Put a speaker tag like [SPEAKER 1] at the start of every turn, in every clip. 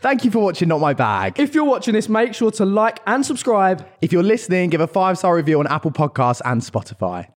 [SPEAKER 1] Thank you for watching Not My Bag.
[SPEAKER 2] If you're watching this, make sure to like and subscribe.
[SPEAKER 1] If you're listening, give a five star review on Apple Podcasts and Spotify.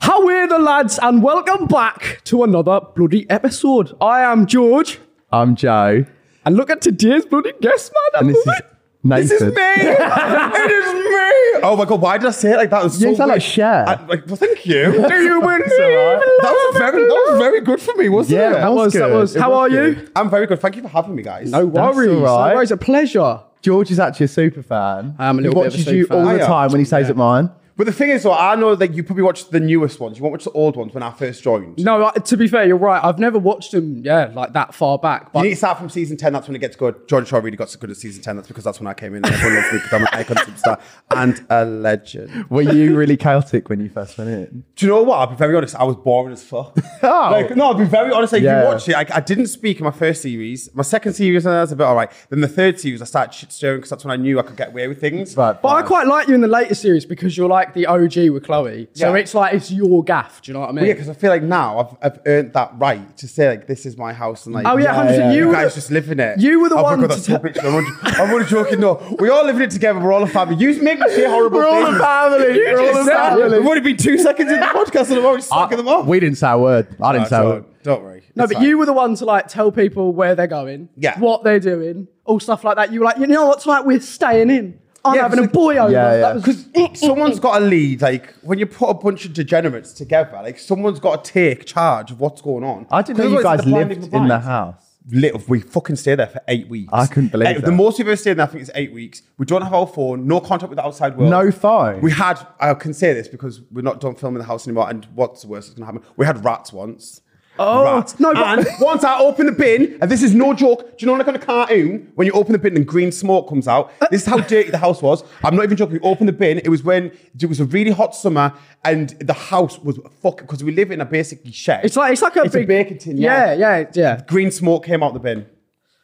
[SPEAKER 2] How are the lads, and welcome back to another bloody episode. I am George,
[SPEAKER 1] I'm Joe,
[SPEAKER 2] and look at today's bloody guest, man. I
[SPEAKER 1] and this
[SPEAKER 2] love
[SPEAKER 1] is
[SPEAKER 2] it.
[SPEAKER 1] Nathan.
[SPEAKER 3] This is me. it is me. Oh my god, why did I say it like that? It was so
[SPEAKER 1] You sound like
[SPEAKER 3] weird.
[SPEAKER 1] Cher.
[SPEAKER 3] I- like, well, thank you.
[SPEAKER 2] Do you win?
[SPEAKER 3] That was very, that was very good for me, wasn't
[SPEAKER 1] Yeah,
[SPEAKER 3] it?
[SPEAKER 1] that was
[SPEAKER 2] that
[SPEAKER 1] good.
[SPEAKER 2] was.
[SPEAKER 1] It
[SPEAKER 2] How
[SPEAKER 1] was
[SPEAKER 2] are you?
[SPEAKER 1] good.
[SPEAKER 3] I'm very good. Thank you for having me, guys.
[SPEAKER 2] No
[SPEAKER 1] That's
[SPEAKER 2] worries.
[SPEAKER 1] all right.
[SPEAKER 2] No worries. A pleasure.
[SPEAKER 1] George is actually a super fan.
[SPEAKER 2] I am a little
[SPEAKER 1] he
[SPEAKER 2] bit of a
[SPEAKER 1] watches you
[SPEAKER 2] super fan.
[SPEAKER 1] all the
[SPEAKER 3] I am.
[SPEAKER 1] time when he stays at mine.
[SPEAKER 3] But the thing is, though, I know that you probably watched the newest ones. You won't watch the old ones when I first joined.
[SPEAKER 2] No, I- to be fair, you're right. I've never watched them, yeah, like that far back.
[SPEAKER 3] You
[SPEAKER 2] But
[SPEAKER 3] need to start from season 10, that's when it gets good. George Shaw really got so good at season 10, that's because that's when I came in. And everyone loves me because I'm an icon superstar and a legend.
[SPEAKER 1] Were you really chaotic when you first went in?
[SPEAKER 3] Do you know what? I'll be very honest. I was boring as fuck.
[SPEAKER 1] Oh.
[SPEAKER 3] Like, no, I'll be very honest. Like,
[SPEAKER 1] Yeah.
[SPEAKER 3] you watched it. I, I didn't speak in my first series. My second series, I was a bit all right. Then the third series, I started shit stirring because that's when I knew I could get away with things.
[SPEAKER 1] Right,
[SPEAKER 2] but I
[SPEAKER 1] fine.
[SPEAKER 2] quite like you in the later series because you're like the OG with Chloe. So
[SPEAKER 3] Yeah.
[SPEAKER 2] it's like it's your gaff. Do you know what I mean?
[SPEAKER 3] Yeah, because I feel like now I've, I've earned that right to say like this is my house and like
[SPEAKER 2] Oh, yeah, 100%. You
[SPEAKER 3] you,
[SPEAKER 2] were
[SPEAKER 3] guys
[SPEAKER 2] the-
[SPEAKER 3] just live in it.
[SPEAKER 2] you were the
[SPEAKER 3] oh, my
[SPEAKER 2] one
[SPEAKER 3] God,
[SPEAKER 2] to
[SPEAKER 3] that's so
[SPEAKER 2] t-
[SPEAKER 3] bitchy. I'm, only- I'm only joking. No, we all live in it together. We're all a family. You make me say horrible
[SPEAKER 1] We're all
[SPEAKER 3] things.
[SPEAKER 1] a family.
[SPEAKER 3] You
[SPEAKER 1] We're all
[SPEAKER 3] just
[SPEAKER 1] a
[SPEAKER 3] said it.
[SPEAKER 1] family.
[SPEAKER 3] We've only been two seconds in the podcast and I'm already
[SPEAKER 1] I-
[SPEAKER 3] sucking them off.
[SPEAKER 1] Ah, We didn't say a word. I didn't
[SPEAKER 3] No,
[SPEAKER 1] say a word.
[SPEAKER 3] don't, don't worry.
[SPEAKER 2] No,
[SPEAKER 3] It's
[SPEAKER 2] but
[SPEAKER 3] fine.
[SPEAKER 2] you were the one to like tell people where they're going,
[SPEAKER 3] Yeah.
[SPEAKER 2] what they're doing, all stuff like that. You were like, you know what, tonight we're staying in. I'm
[SPEAKER 3] Yeah,
[SPEAKER 2] having a
[SPEAKER 3] it's like-
[SPEAKER 2] boy over.
[SPEAKER 1] Yeah, yeah.
[SPEAKER 2] That was,
[SPEAKER 3] someone's got to lead. Like when you put a bunch of degenerates together, like someone's got to take charge of what's going on.
[SPEAKER 1] I didn't know
[SPEAKER 3] Because
[SPEAKER 1] you
[SPEAKER 3] otherwise
[SPEAKER 1] guys
[SPEAKER 3] it's blind
[SPEAKER 1] lived
[SPEAKER 3] the
[SPEAKER 1] in the
[SPEAKER 3] blind.
[SPEAKER 1] house.
[SPEAKER 3] Little, we fucking stay there for eight weeks.
[SPEAKER 1] I couldn't believe
[SPEAKER 3] Eight-
[SPEAKER 1] that.
[SPEAKER 3] The most we've ever stayed there, I think, is eight weeks. We don't have our phone, no contact with the outside world.
[SPEAKER 1] No phone.
[SPEAKER 3] We had. I can say this because we're not done filming the house anymore. And what's the worst that's gonna happen? We had rats once.
[SPEAKER 2] Oh,
[SPEAKER 3] rats.
[SPEAKER 2] no, but-
[SPEAKER 3] And once I open the bin, and this is no joke. Do you know like on a cartoon when you open the bin and green smoke comes out?
[SPEAKER 1] Uh.
[SPEAKER 3] This is how dirty the house was. I'm not even joking. We opened the bin. It was when it was a really hot summer, and the house was fuck because we live in a basically shed.
[SPEAKER 2] it's like it's like a
[SPEAKER 3] it's
[SPEAKER 2] big
[SPEAKER 3] a baking tin.
[SPEAKER 2] Yeah, yeah, yeah.
[SPEAKER 3] Green smoke came out the bin.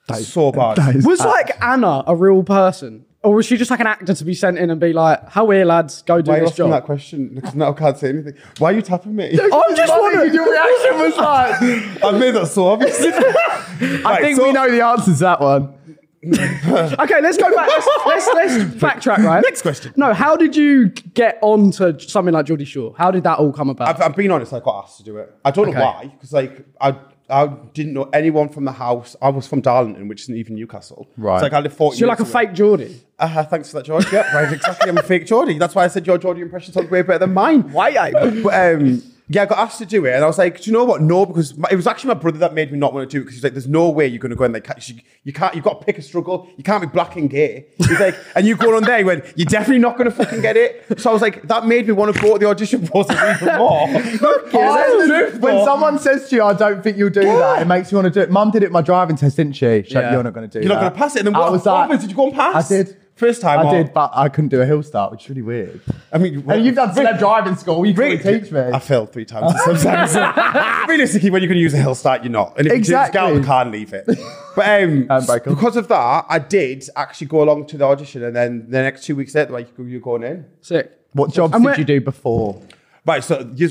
[SPEAKER 3] That's so bad.
[SPEAKER 2] Was
[SPEAKER 3] Uh,
[SPEAKER 2] like Anna a real person, or was she just like an actor to be sent in and be like, "How here, lads? Go do
[SPEAKER 3] Why are you
[SPEAKER 2] this
[SPEAKER 3] asking
[SPEAKER 2] job."
[SPEAKER 3] that question? Because now I can't say anything. Why are you tapping me?
[SPEAKER 2] I'm just
[SPEAKER 1] Funny,
[SPEAKER 2] wondering.
[SPEAKER 1] Your reaction was like,
[SPEAKER 3] I made that so obvious.
[SPEAKER 1] I think we know the answer to that one.
[SPEAKER 2] Okay, let's go back. Let's let's, let's backtrack. Right.
[SPEAKER 3] Next question.
[SPEAKER 2] No, how did you get on to something like Geordie Shore? How did that all come about?
[SPEAKER 3] I've, I've been honest. I got asked to do it. I don't
[SPEAKER 2] Okay.
[SPEAKER 3] know why, because like I I didn't know anyone from the house. I was from Darlington, which isn't even Newcastle.
[SPEAKER 1] Right.
[SPEAKER 3] It's like I live forty.
[SPEAKER 2] so you're like a
[SPEAKER 3] minutes away.
[SPEAKER 2] fake Geordie.
[SPEAKER 3] Uh, thanks for that, George. Yeah, right. Exactly. I'm a fake Geordie. That's why I said your Geordie impression sounds way better than mine. Why? I? But um, yeah, I got asked to do it, and I was like, do you know what? No, because my, it was actually my brother that made me not want to do it because he's like, there's no way you're going to go in there. You, you can't. You've got to pick a struggle. You can't be black and gay. He's like, and you go on there. He went, you're definitely not going to fucking get it. So I was like, that made me want to go to the audition process even more. no,
[SPEAKER 1] Oh,
[SPEAKER 3] that's the truth,
[SPEAKER 1] when
[SPEAKER 3] though.
[SPEAKER 1] someone says to you, I don't think you'll do that, it makes you want to do it. Mum did it at my driving test, didn't she? She's like,
[SPEAKER 2] Yeah.
[SPEAKER 1] You're not going to do that.
[SPEAKER 3] You're not going to pass it. And then
[SPEAKER 1] I
[SPEAKER 3] what
[SPEAKER 1] was
[SPEAKER 3] happens?
[SPEAKER 1] like-
[SPEAKER 3] did you go and pass?
[SPEAKER 1] I did.
[SPEAKER 3] First time.
[SPEAKER 1] I
[SPEAKER 3] or-
[SPEAKER 1] did, but I couldn't do a hill start, which is really weird.
[SPEAKER 3] I mean,
[SPEAKER 1] And you've done
[SPEAKER 3] Rick-
[SPEAKER 1] celeb driving school, you
[SPEAKER 3] Really?
[SPEAKER 1] couldn't teach me.
[SPEAKER 3] I failed three times. Sometimes. Realistically, when you can use a hill start, you're not. And if
[SPEAKER 1] Exactly.
[SPEAKER 3] you do, just get out of the car and leave it. But um,
[SPEAKER 1] And break up.
[SPEAKER 3] because of that, I did actually go along to the audition, and then the next two weeks later, like you're going in.
[SPEAKER 2] Sick.
[SPEAKER 1] What jobs
[SPEAKER 2] And
[SPEAKER 1] did
[SPEAKER 2] where-
[SPEAKER 1] you do before?
[SPEAKER 3] Right, so you,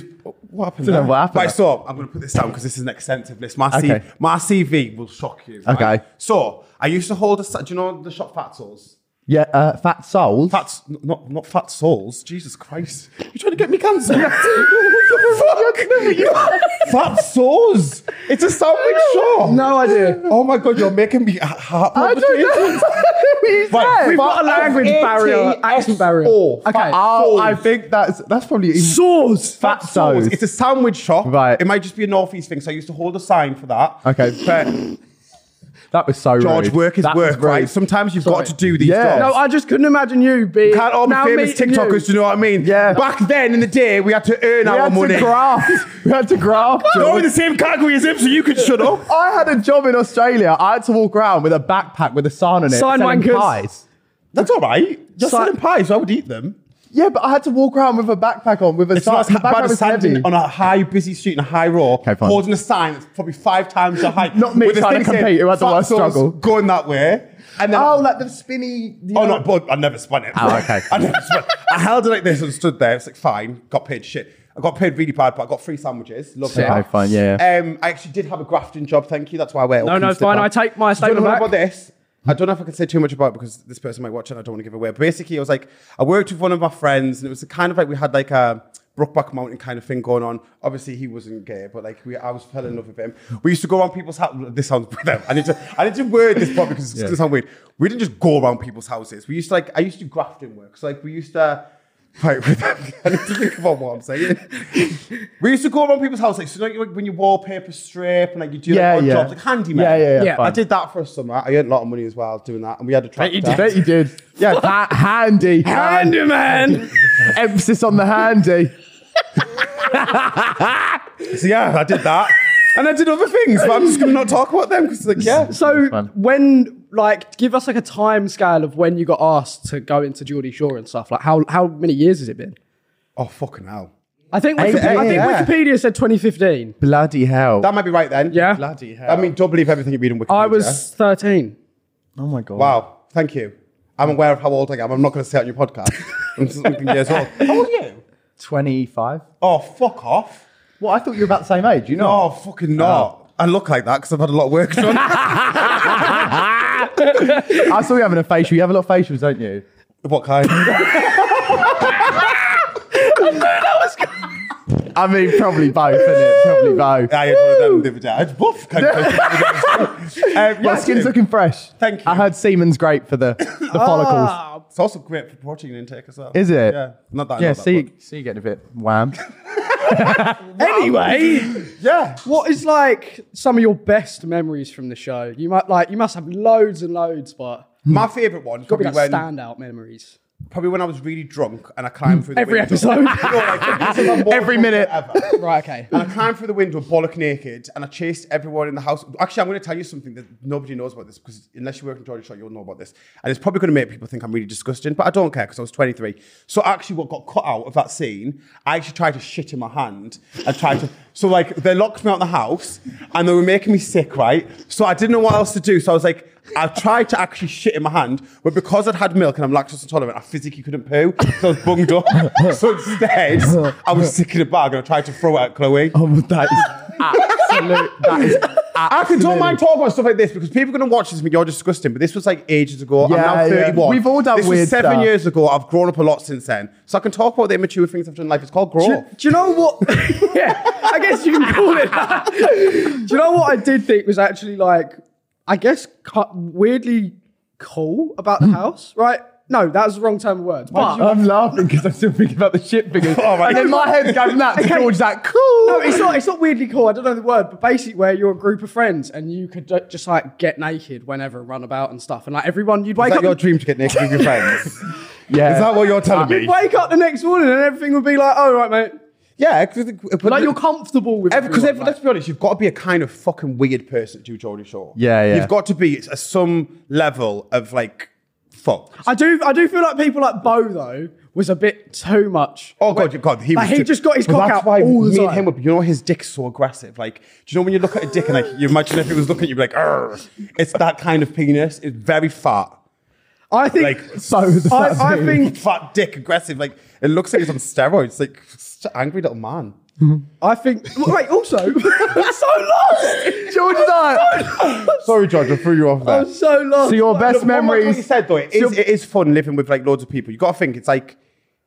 [SPEAKER 3] what happened?
[SPEAKER 1] Dunno
[SPEAKER 3] there?
[SPEAKER 1] what happened
[SPEAKER 3] Right,
[SPEAKER 1] there.
[SPEAKER 3] so I'm going to put this down because this is an extensive list. My,
[SPEAKER 1] Okay.
[SPEAKER 3] CV, my CV will shock you. right?
[SPEAKER 1] Okay.
[SPEAKER 3] So I used to hold a. sa- Do you know the shop Fatsoul's?
[SPEAKER 1] Yeah, uh, Fat Souls.
[SPEAKER 3] Fat, s- not not fat souls. Jesus Christ! You're trying to get me cancelled. Fuck! fat souls. It's a sandwich shop.
[SPEAKER 2] No idea.
[SPEAKER 3] Oh my god, you're making me ha- heart.
[SPEAKER 1] I don't know. What you said.
[SPEAKER 2] We've got a language barrier, accent barrier.
[SPEAKER 3] Okay.
[SPEAKER 2] Okay.
[SPEAKER 3] Fat
[SPEAKER 1] Oh,
[SPEAKER 3] Souls.
[SPEAKER 1] I think that's that's probably even
[SPEAKER 2] Swords.
[SPEAKER 1] Fat
[SPEAKER 3] Souls.
[SPEAKER 1] Souls.
[SPEAKER 3] It's a sandwich shop.
[SPEAKER 1] Right.
[SPEAKER 3] It might just be a northeast thing. So I used to hold a sign for that.
[SPEAKER 1] Okay.
[SPEAKER 3] But
[SPEAKER 1] That was so
[SPEAKER 3] George,
[SPEAKER 1] rude.
[SPEAKER 3] work is
[SPEAKER 1] That was
[SPEAKER 3] work,
[SPEAKER 1] rude.
[SPEAKER 3] right? Sometimes you've
[SPEAKER 2] Sorry.
[SPEAKER 3] got to do these
[SPEAKER 1] Yeah.
[SPEAKER 3] jobs.
[SPEAKER 2] No, I just couldn't imagine you being.
[SPEAKER 3] can't all be
[SPEAKER 2] now
[SPEAKER 3] famous
[SPEAKER 2] meeting you.
[SPEAKER 3] TikTokers. Do you know what I mean?
[SPEAKER 1] Yeah.
[SPEAKER 3] Back then in the day, we had to earn
[SPEAKER 1] we
[SPEAKER 3] our
[SPEAKER 1] had
[SPEAKER 3] money.
[SPEAKER 1] to graft. we had to graft. George.
[SPEAKER 3] You're in the same category as him, so you could shut up.
[SPEAKER 1] I had a job in Australia. I had to walk around with a backpack with a sign on it.
[SPEAKER 2] Sign
[SPEAKER 1] selling
[SPEAKER 2] wankers.
[SPEAKER 1] Pies.
[SPEAKER 3] That's all right. You're
[SPEAKER 2] So-
[SPEAKER 3] selling pies, so I would eat them.
[SPEAKER 1] Yeah, but I had to walk around with a backpack on with a
[SPEAKER 3] It's
[SPEAKER 1] sign.
[SPEAKER 3] not as
[SPEAKER 1] the backpack
[SPEAKER 3] bad as
[SPEAKER 1] was
[SPEAKER 3] standing
[SPEAKER 1] heavy.
[SPEAKER 3] on a high, busy street in a high row,
[SPEAKER 1] fine.
[SPEAKER 3] holding a sign that's probably five times your height.
[SPEAKER 1] Not me
[SPEAKER 3] with this
[SPEAKER 1] trying to
[SPEAKER 3] thing saying,
[SPEAKER 1] compete, who had the
[SPEAKER 3] "Fat
[SPEAKER 1] worst
[SPEAKER 3] soul's
[SPEAKER 1] struggle."
[SPEAKER 3] Going that way. And then,
[SPEAKER 1] Oh, like the spinny. you
[SPEAKER 3] Oh,
[SPEAKER 1] know-
[SPEAKER 3] no, but I never spun it.
[SPEAKER 1] Oh, okay.
[SPEAKER 3] I never spun I held it like this and stood there. It's like, fine, got paid shit. I got paid really bad, but I got free sandwiches. Love
[SPEAKER 2] Sick.
[SPEAKER 3] that.
[SPEAKER 1] Oh, fine, yeah,
[SPEAKER 3] Um, I actually did have a grafting job. Thank you. That's why I wear.
[SPEAKER 2] No, no,
[SPEAKER 3] Upton
[SPEAKER 2] fine.
[SPEAKER 3] slipper.
[SPEAKER 2] I take my
[SPEAKER 3] I don't
[SPEAKER 2] statement
[SPEAKER 3] know
[SPEAKER 2] back.
[SPEAKER 3] about this. I don't know if I can say too much about it because this person might watch it. And I don't want to give it away. But basically, I was like, I worked with one of my friends, and it was kind of like we had like a Brookback Mountain kind of thing going on. Obviously, he wasn't gay, but like we, I was fell in love with him. We used to go around people's houses. This sounds weird. I need to, I need to word this probably because it's going to sound weird. We didn't just go around people's houses. We used to like, I used to do grafting work. So like, we used to. Right, with I need to think about what I'm saying. we used to go around people's houses, like, so like, when you wallpaper strip and like you do
[SPEAKER 1] Yeah,
[SPEAKER 3] like odd
[SPEAKER 1] yeah.
[SPEAKER 3] jobs, like handyman.
[SPEAKER 1] Yeah, yeah, yeah,
[SPEAKER 2] Yeah,
[SPEAKER 1] fine.
[SPEAKER 3] I did that for a summer. I earned a lot of money as well doing that, and we had a tractor.
[SPEAKER 1] I bet you did. Yeah, that handy. Um,
[SPEAKER 2] Handyman.
[SPEAKER 1] Emphasis on the handy.
[SPEAKER 3] So yeah, I did that, and I did other things, but I'm just gonna not talk about them because like yeah.
[SPEAKER 2] So
[SPEAKER 1] fine.
[SPEAKER 2] when like give us like a time scale of when you got asked to go into Geordie Shore and stuff. Like how how many years has it been?
[SPEAKER 3] Oh fucking hell.
[SPEAKER 2] I think Wiki-
[SPEAKER 1] Eight,
[SPEAKER 2] I think
[SPEAKER 3] yeah.
[SPEAKER 2] Wikipedia said 2015.
[SPEAKER 1] Bloody hell.
[SPEAKER 3] That might be right then.
[SPEAKER 2] Yeah.
[SPEAKER 1] Bloody hell.
[SPEAKER 3] I mean, don't believe everything you read on Wikipedia.
[SPEAKER 2] I was 13.
[SPEAKER 1] oh my god.
[SPEAKER 3] Wow. Thank you. I'm aware of how old I am. I'm not gonna say it on your podcast. I'm just thinking years old. How old are you?
[SPEAKER 1] 25.
[SPEAKER 3] Oh fuck off.
[SPEAKER 1] Well, I thought you were about the same age. You know.
[SPEAKER 3] No, fucking not. I look like that because I've had a lot of work done.
[SPEAKER 1] I saw you having a facial. You have a lot of facials, don't you?
[SPEAKER 3] what kind?
[SPEAKER 1] I mean, probably both, isn't it? Probably both.
[SPEAKER 3] I had one of them the other day. I had both kind of um, yeah,
[SPEAKER 1] My skin's looking fresh.
[SPEAKER 3] Thank you. Ah.
[SPEAKER 1] I heard semen's great for the, the follicles.
[SPEAKER 3] It's also great for protein intake as well.
[SPEAKER 1] Is it?
[SPEAKER 3] Yeah. Not that.
[SPEAKER 1] Yeah,
[SPEAKER 3] not that,
[SPEAKER 1] see, see you getting a bit wham.
[SPEAKER 2] Anyway,
[SPEAKER 3] but- Yeah.
[SPEAKER 2] what is like some of your best memories from the show? You might like you must have loads and loads, but
[SPEAKER 1] Hmm.
[SPEAKER 3] My favorite one
[SPEAKER 2] probably
[SPEAKER 3] probably
[SPEAKER 2] like
[SPEAKER 3] when
[SPEAKER 2] standout memories.
[SPEAKER 3] probably when I was really drunk and I climbed through the
[SPEAKER 2] Every
[SPEAKER 3] window.
[SPEAKER 2] episode.
[SPEAKER 3] No, like, this is my most
[SPEAKER 1] Every
[SPEAKER 3] drunk
[SPEAKER 1] minute.
[SPEAKER 3] ever.
[SPEAKER 2] Right, okay.
[SPEAKER 3] And I climbed through the window bollock naked and I chased everyone in the house. Actually, I'm going to tell you something that nobody knows about this because unless you work in Georgia Shore, you'll know about this. And it's probably going to make people think I'm really disgusting, but I don't care because I was 23. So actually, what got cut out of that scene, I actually tried to shit in my hand and tried to. So like they locked me out of the house and they were making me sick, right? So I didn't know what else to do. So I was like. I tried to actually shit in my hand, but because I'd had milk and I'm lactose intolerant, I physically couldn't poo, so I was bunged up. so instead, I was sick in a bag and I tried to throw it at Chloe.
[SPEAKER 1] Oh, that is absolute. That is.
[SPEAKER 3] I can don't mind talking about stuff like this because people are going to watch this and be, you're disgusting. But this was like ages ago.
[SPEAKER 1] Yeah,
[SPEAKER 3] I'm now
[SPEAKER 1] yeah.
[SPEAKER 3] 31.
[SPEAKER 1] We've all done
[SPEAKER 3] this
[SPEAKER 1] weird
[SPEAKER 3] was seven
[SPEAKER 1] stuff.
[SPEAKER 3] years ago. I've grown up a lot since then. So I can talk about the immature things I've done in life. It's called grow
[SPEAKER 2] Do,
[SPEAKER 3] up.
[SPEAKER 2] do you know what? yeah, I guess you can call it. that. do you know what I did think was actually like, I guess cu- weirdly cool about the house, right? No, that was the wrong term of words. But
[SPEAKER 1] I'm laughing because I'm still thinking about the shit figures.
[SPEAKER 3] All right.
[SPEAKER 1] And then my head's going from that to George, that cool.
[SPEAKER 2] no, it's not. It's not weirdly cool. I don't know the word, but basically, where you're a group of friends and you could ju- just like get naked whenever and run about and stuff, and like everyone, you'd wake
[SPEAKER 3] Is that
[SPEAKER 2] up.
[SPEAKER 3] your dream to get naked with your friends? Is
[SPEAKER 1] yeah.
[SPEAKER 3] that what you're telling
[SPEAKER 2] You'd
[SPEAKER 3] me?
[SPEAKER 2] wake up the next morning and everything would be like, "Oh right, mate."
[SPEAKER 3] Yeah, because
[SPEAKER 2] Like you're comfortable with
[SPEAKER 3] Because
[SPEAKER 2] everyone, like-
[SPEAKER 3] let's be honest, you've got to be a kind of fucking weird person to do Geordie Shore.
[SPEAKER 1] Yeah, yeah.
[SPEAKER 3] You've got to be at some level of like fuck.
[SPEAKER 2] I do. I do feel like people like Bo though was a bit too much.
[SPEAKER 3] Oh god, god, he
[SPEAKER 2] Like, he
[SPEAKER 3] was too-
[SPEAKER 2] just got his
[SPEAKER 3] Well,
[SPEAKER 2] cock
[SPEAKER 3] that's
[SPEAKER 2] out
[SPEAKER 3] why
[SPEAKER 2] all the
[SPEAKER 3] me
[SPEAKER 2] time.
[SPEAKER 3] And him, would be- you know, his dick's so aggressive. Like, do you know when you look at a dick and like you imagine if it was looking at you, like, Arr. it's that kind of penis. It's very fat,
[SPEAKER 2] I think.
[SPEAKER 3] like
[SPEAKER 1] So was the
[SPEAKER 2] I,
[SPEAKER 1] fat
[SPEAKER 2] I
[SPEAKER 1] dude.
[SPEAKER 2] think.
[SPEAKER 3] fat dick, aggressive. Like, it looks like it's on steroids. Like, such an angry little man.
[SPEAKER 2] I think. Wait. Also, I'm so lost.
[SPEAKER 1] George, that.
[SPEAKER 3] Sorry, George, I threw you off there.
[SPEAKER 2] I'm so lost.
[SPEAKER 1] So your best
[SPEAKER 3] Look, what- What you
[SPEAKER 1] memories.
[SPEAKER 3] said though, it is, it is fun living with like loads of people. You got to think it's like,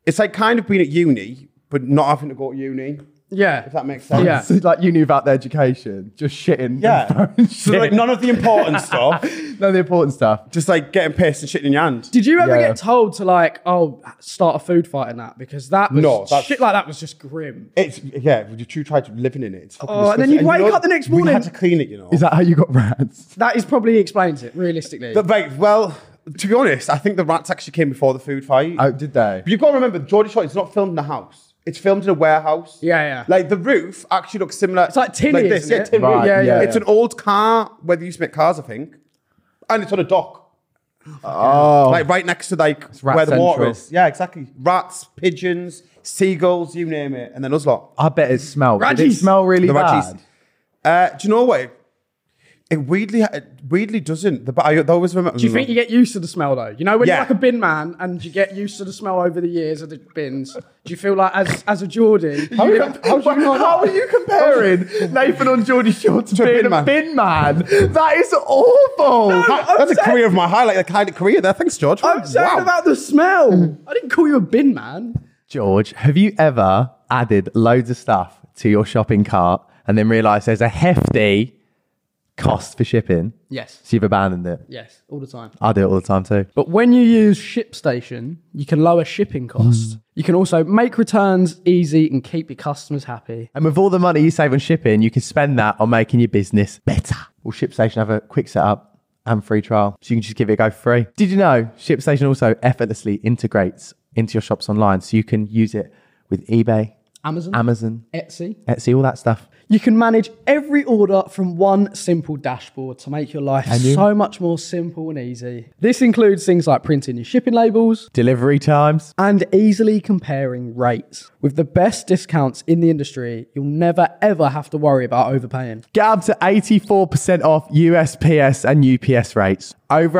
[SPEAKER 3] it's like kind of being at uni but not having to go to uni.
[SPEAKER 2] Yeah.
[SPEAKER 3] If that makes sense.
[SPEAKER 2] Yeah.
[SPEAKER 1] So, like you knew about the education, just shitting.
[SPEAKER 3] Yeah.
[SPEAKER 1] Shit.
[SPEAKER 3] So like none of the important stuff.
[SPEAKER 1] None of the important stuff.
[SPEAKER 3] Just like getting pissed and shitting in your hand.
[SPEAKER 2] Did you ever
[SPEAKER 1] Yeah.
[SPEAKER 2] get told to like, oh, start a food fight and that because that was
[SPEAKER 3] No, that's-
[SPEAKER 2] shit like that was just grim.
[SPEAKER 3] It's yeah. You two tried living in it. It's fucking
[SPEAKER 2] Oh, and then
[SPEAKER 3] disgusting.
[SPEAKER 2] you'd wake
[SPEAKER 3] you know,
[SPEAKER 2] up the next
[SPEAKER 3] We
[SPEAKER 2] morning.
[SPEAKER 3] had to clean it, you know.
[SPEAKER 1] Is that how you got rats?
[SPEAKER 2] That is probably explains it realistically.
[SPEAKER 3] But, like, well, to be honest, I think the rats actually came before the food fight.
[SPEAKER 1] Oh, did they?
[SPEAKER 3] But you've got to remember, the Geordie Shore is not filmed in a house. It's filmed in a warehouse.
[SPEAKER 2] Yeah, yeah.
[SPEAKER 3] Like the roof actually looks similar. It's
[SPEAKER 2] like tinny,
[SPEAKER 3] this.
[SPEAKER 2] isn't
[SPEAKER 3] yeah,
[SPEAKER 2] it?
[SPEAKER 3] tin
[SPEAKER 1] Right,
[SPEAKER 3] roof.
[SPEAKER 1] yeah, yeah,
[SPEAKER 3] It's
[SPEAKER 1] yeah.
[SPEAKER 3] an old car where they used to make cars, I think, and it's on a dock.
[SPEAKER 1] Oh,
[SPEAKER 3] Like right next to like
[SPEAKER 1] rat
[SPEAKER 3] where the water
[SPEAKER 1] central.
[SPEAKER 3] is. Yeah, exactly. Rats, pigeons, seagulls, you name it, and then us lot.
[SPEAKER 1] I bet it smelled. Did it
[SPEAKER 2] Radgies.
[SPEAKER 1] smell really
[SPEAKER 3] The
[SPEAKER 1] bad?
[SPEAKER 3] Radgies. Uh, do you know what? It weirdly, it weirdly doesn't. The, but I always remember.
[SPEAKER 2] Do you think you get used to the smell though? You know, when
[SPEAKER 3] Yeah.
[SPEAKER 2] you're like a bin man and you get used to the smell over the years of the bins, do you feel like as as a Geordie?
[SPEAKER 1] How,
[SPEAKER 2] you-
[SPEAKER 1] you how are you comparing Nathan on Geordie Shore to,
[SPEAKER 3] a
[SPEAKER 1] being
[SPEAKER 3] bin
[SPEAKER 1] a
[SPEAKER 3] man.
[SPEAKER 1] bin man? That is awful.
[SPEAKER 3] That- that's a
[SPEAKER 2] saying-
[SPEAKER 3] career of my highlight, the kind of career there. Thanks, George.
[SPEAKER 2] I'm saying
[SPEAKER 3] Wow.
[SPEAKER 2] about the smell. I didn't call you a bin man.
[SPEAKER 1] George, have you ever added loads of stuff to your shopping cart and then realised there's a hefty cost for shipping?
[SPEAKER 2] Yes.
[SPEAKER 1] So you've abandoned it.
[SPEAKER 2] Yes, all the time.
[SPEAKER 1] I do it all the time too.
[SPEAKER 2] But when you use ShipStation, you can lower shipping costs. You can also make returns easy and keep your customers happy.
[SPEAKER 1] And with all the money you save on shipping, you can spend that on making your business better. Will ShipStation have a quick setup and free trial? So you can just give it a go for free. Did you know ShipStation also effortlessly integrates into your shops online? So you can use it with eBay,
[SPEAKER 2] Amazon,
[SPEAKER 1] Amazon,
[SPEAKER 2] Etsy.
[SPEAKER 1] Etsy, all that stuff.
[SPEAKER 2] You can manage every order from one simple dashboard to make your life
[SPEAKER 1] you-
[SPEAKER 2] so much more simple and easy. This includes things like printing your shipping labels,
[SPEAKER 1] Delivery times.
[SPEAKER 2] and easily comparing rates. With the best discounts in the industry, you'll never ever have to worry about overpaying.
[SPEAKER 1] Get up to 84% off USPS and UPS rates. Over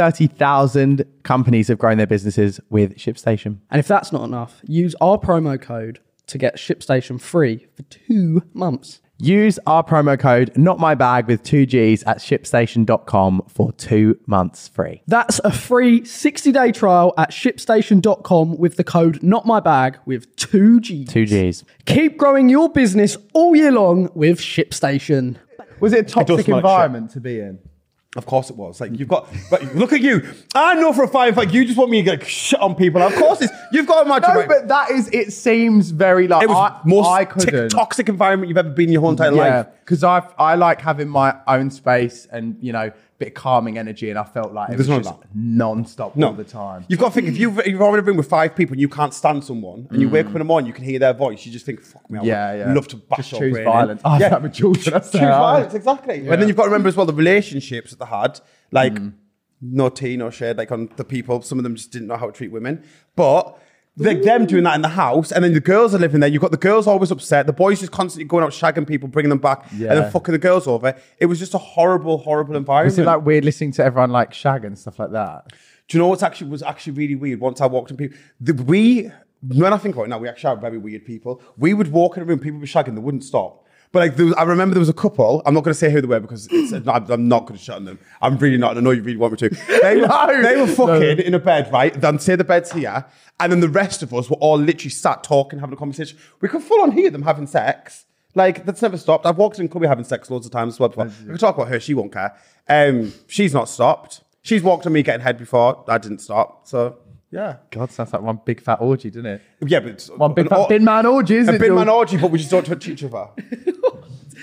[SPEAKER 1] 130,000 companies have grown their businesses with ShipStation.
[SPEAKER 2] And if that's not enough, use our promo code to get ShipStation free for two months.
[SPEAKER 1] Use our promo code NotMyBag with two G's at shipstation.com for two months free.
[SPEAKER 2] That's a free 60 day trial at shipstation.com with the code NOTMYBAG with 2G.
[SPEAKER 1] Two G's.
[SPEAKER 2] Keep growing your business all year long with ShipStation.
[SPEAKER 1] Was it a
[SPEAKER 3] does
[SPEAKER 1] toxic
[SPEAKER 3] smell like
[SPEAKER 1] environment to be in?
[SPEAKER 3] Of course it was. Like you've got, but look at you. I know for a fact. In fact, you just want me to get shit on people. Of course it's. You've got to imagine.
[SPEAKER 1] No,
[SPEAKER 3] right?
[SPEAKER 1] but that is, it seems very like,
[SPEAKER 3] it was
[SPEAKER 1] I,
[SPEAKER 3] most
[SPEAKER 1] I
[SPEAKER 3] tick-
[SPEAKER 1] couldn't.
[SPEAKER 3] toxic environment you've ever been in your whole entire
[SPEAKER 1] yeah,
[SPEAKER 3] life.
[SPEAKER 1] because I I like having my own space and you know bit of calming energy, and I felt like it
[SPEAKER 3] There's
[SPEAKER 1] was
[SPEAKER 3] none
[SPEAKER 1] just
[SPEAKER 3] of
[SPEAKER 1] non-stop
[SPEAKER 3] No,
[SPEAKER 1] all the time.
[SPEAKER 3] You've got to think if you've, you've already been with five people and you can't stand someone, and you wake up in the morning, you can hear their voice. You just think, "Fuck me, I
[SPEAKER 1] Mm. Yeah,
[SPEAKER 3] would
[SPEAKER 1] yeah.
[SPEAKER 3] love to bash
[SPEAKER 1] Just
[SPEAKER 3] your
[SPEAKER 1] choose
[SPEAKER 3] brain in."
[SPEAKER 1] violence. Oh, that with children, that's
[SPEAKER 3] choose
[SPEAKER 1] so hard.
[SPEAKER 3] violence, exactly. And then you've got to remember as well the relationships that they had, like no tea, no shade, like on the people. Some of them just didn't know how to treat women, but. Like them doing that in the house, and then the girls are living there. You've got the girls always upset. The boys just constantly going out shagging people, bringing them back, and
[SPEAKER 1] Yeah.
[SPEAKER 3] then fucking the girls over. It was just a horrible, horrible environment.
[SPEAKER 1] Is it like weird listening to everyone like shag and stuff like that?
[SPEAKER 3] Do you know what's actually was actually really weird? Once I walked in, people the, we when I think about it now, we actually are very weird people. We would walk in a room, people would be shagging, they wouldn't stop. But like, there was, I remember there was a couple. I'm not going to say who they were because it's, I'm, I'm not going to shut on them. I'm really not. and I know you really want me to. They were,
[SPEAKER 1] No.
[SPEAKER 3] they were fucking
[SPEAKER 1] No.
[SPEAKER 3] in a bed, right? Then say the bed's here, and then the rest of us were all literally sat talking, having a conversation. We could full on hear them having sex. Like that's never stopped. I've walked in Chloe having sex loads of times as well. Before. We could talk about her. She won't care. Um, she's not stopped. She's walked on me getting head before. I didn't stop. So yeah,
[SPEAKER 1] God, sounds like one big fat orgy, doesn't it?
[SPEAKER 3] yeah. But it's-
[SPEAKER 1] One big
[SPEAKER 3] an
[SPEAKER 1] fat
[SPEAKER 3] or-
[SPEAKER 1] bin man orgy, isn't
[SPEAKER 3] a
[SPEAKER 1] it?
[SPEAKER 3] bin
[SPEAKER 1] George?
[SPEAKER 3] man orgy, but we just don't touch each other.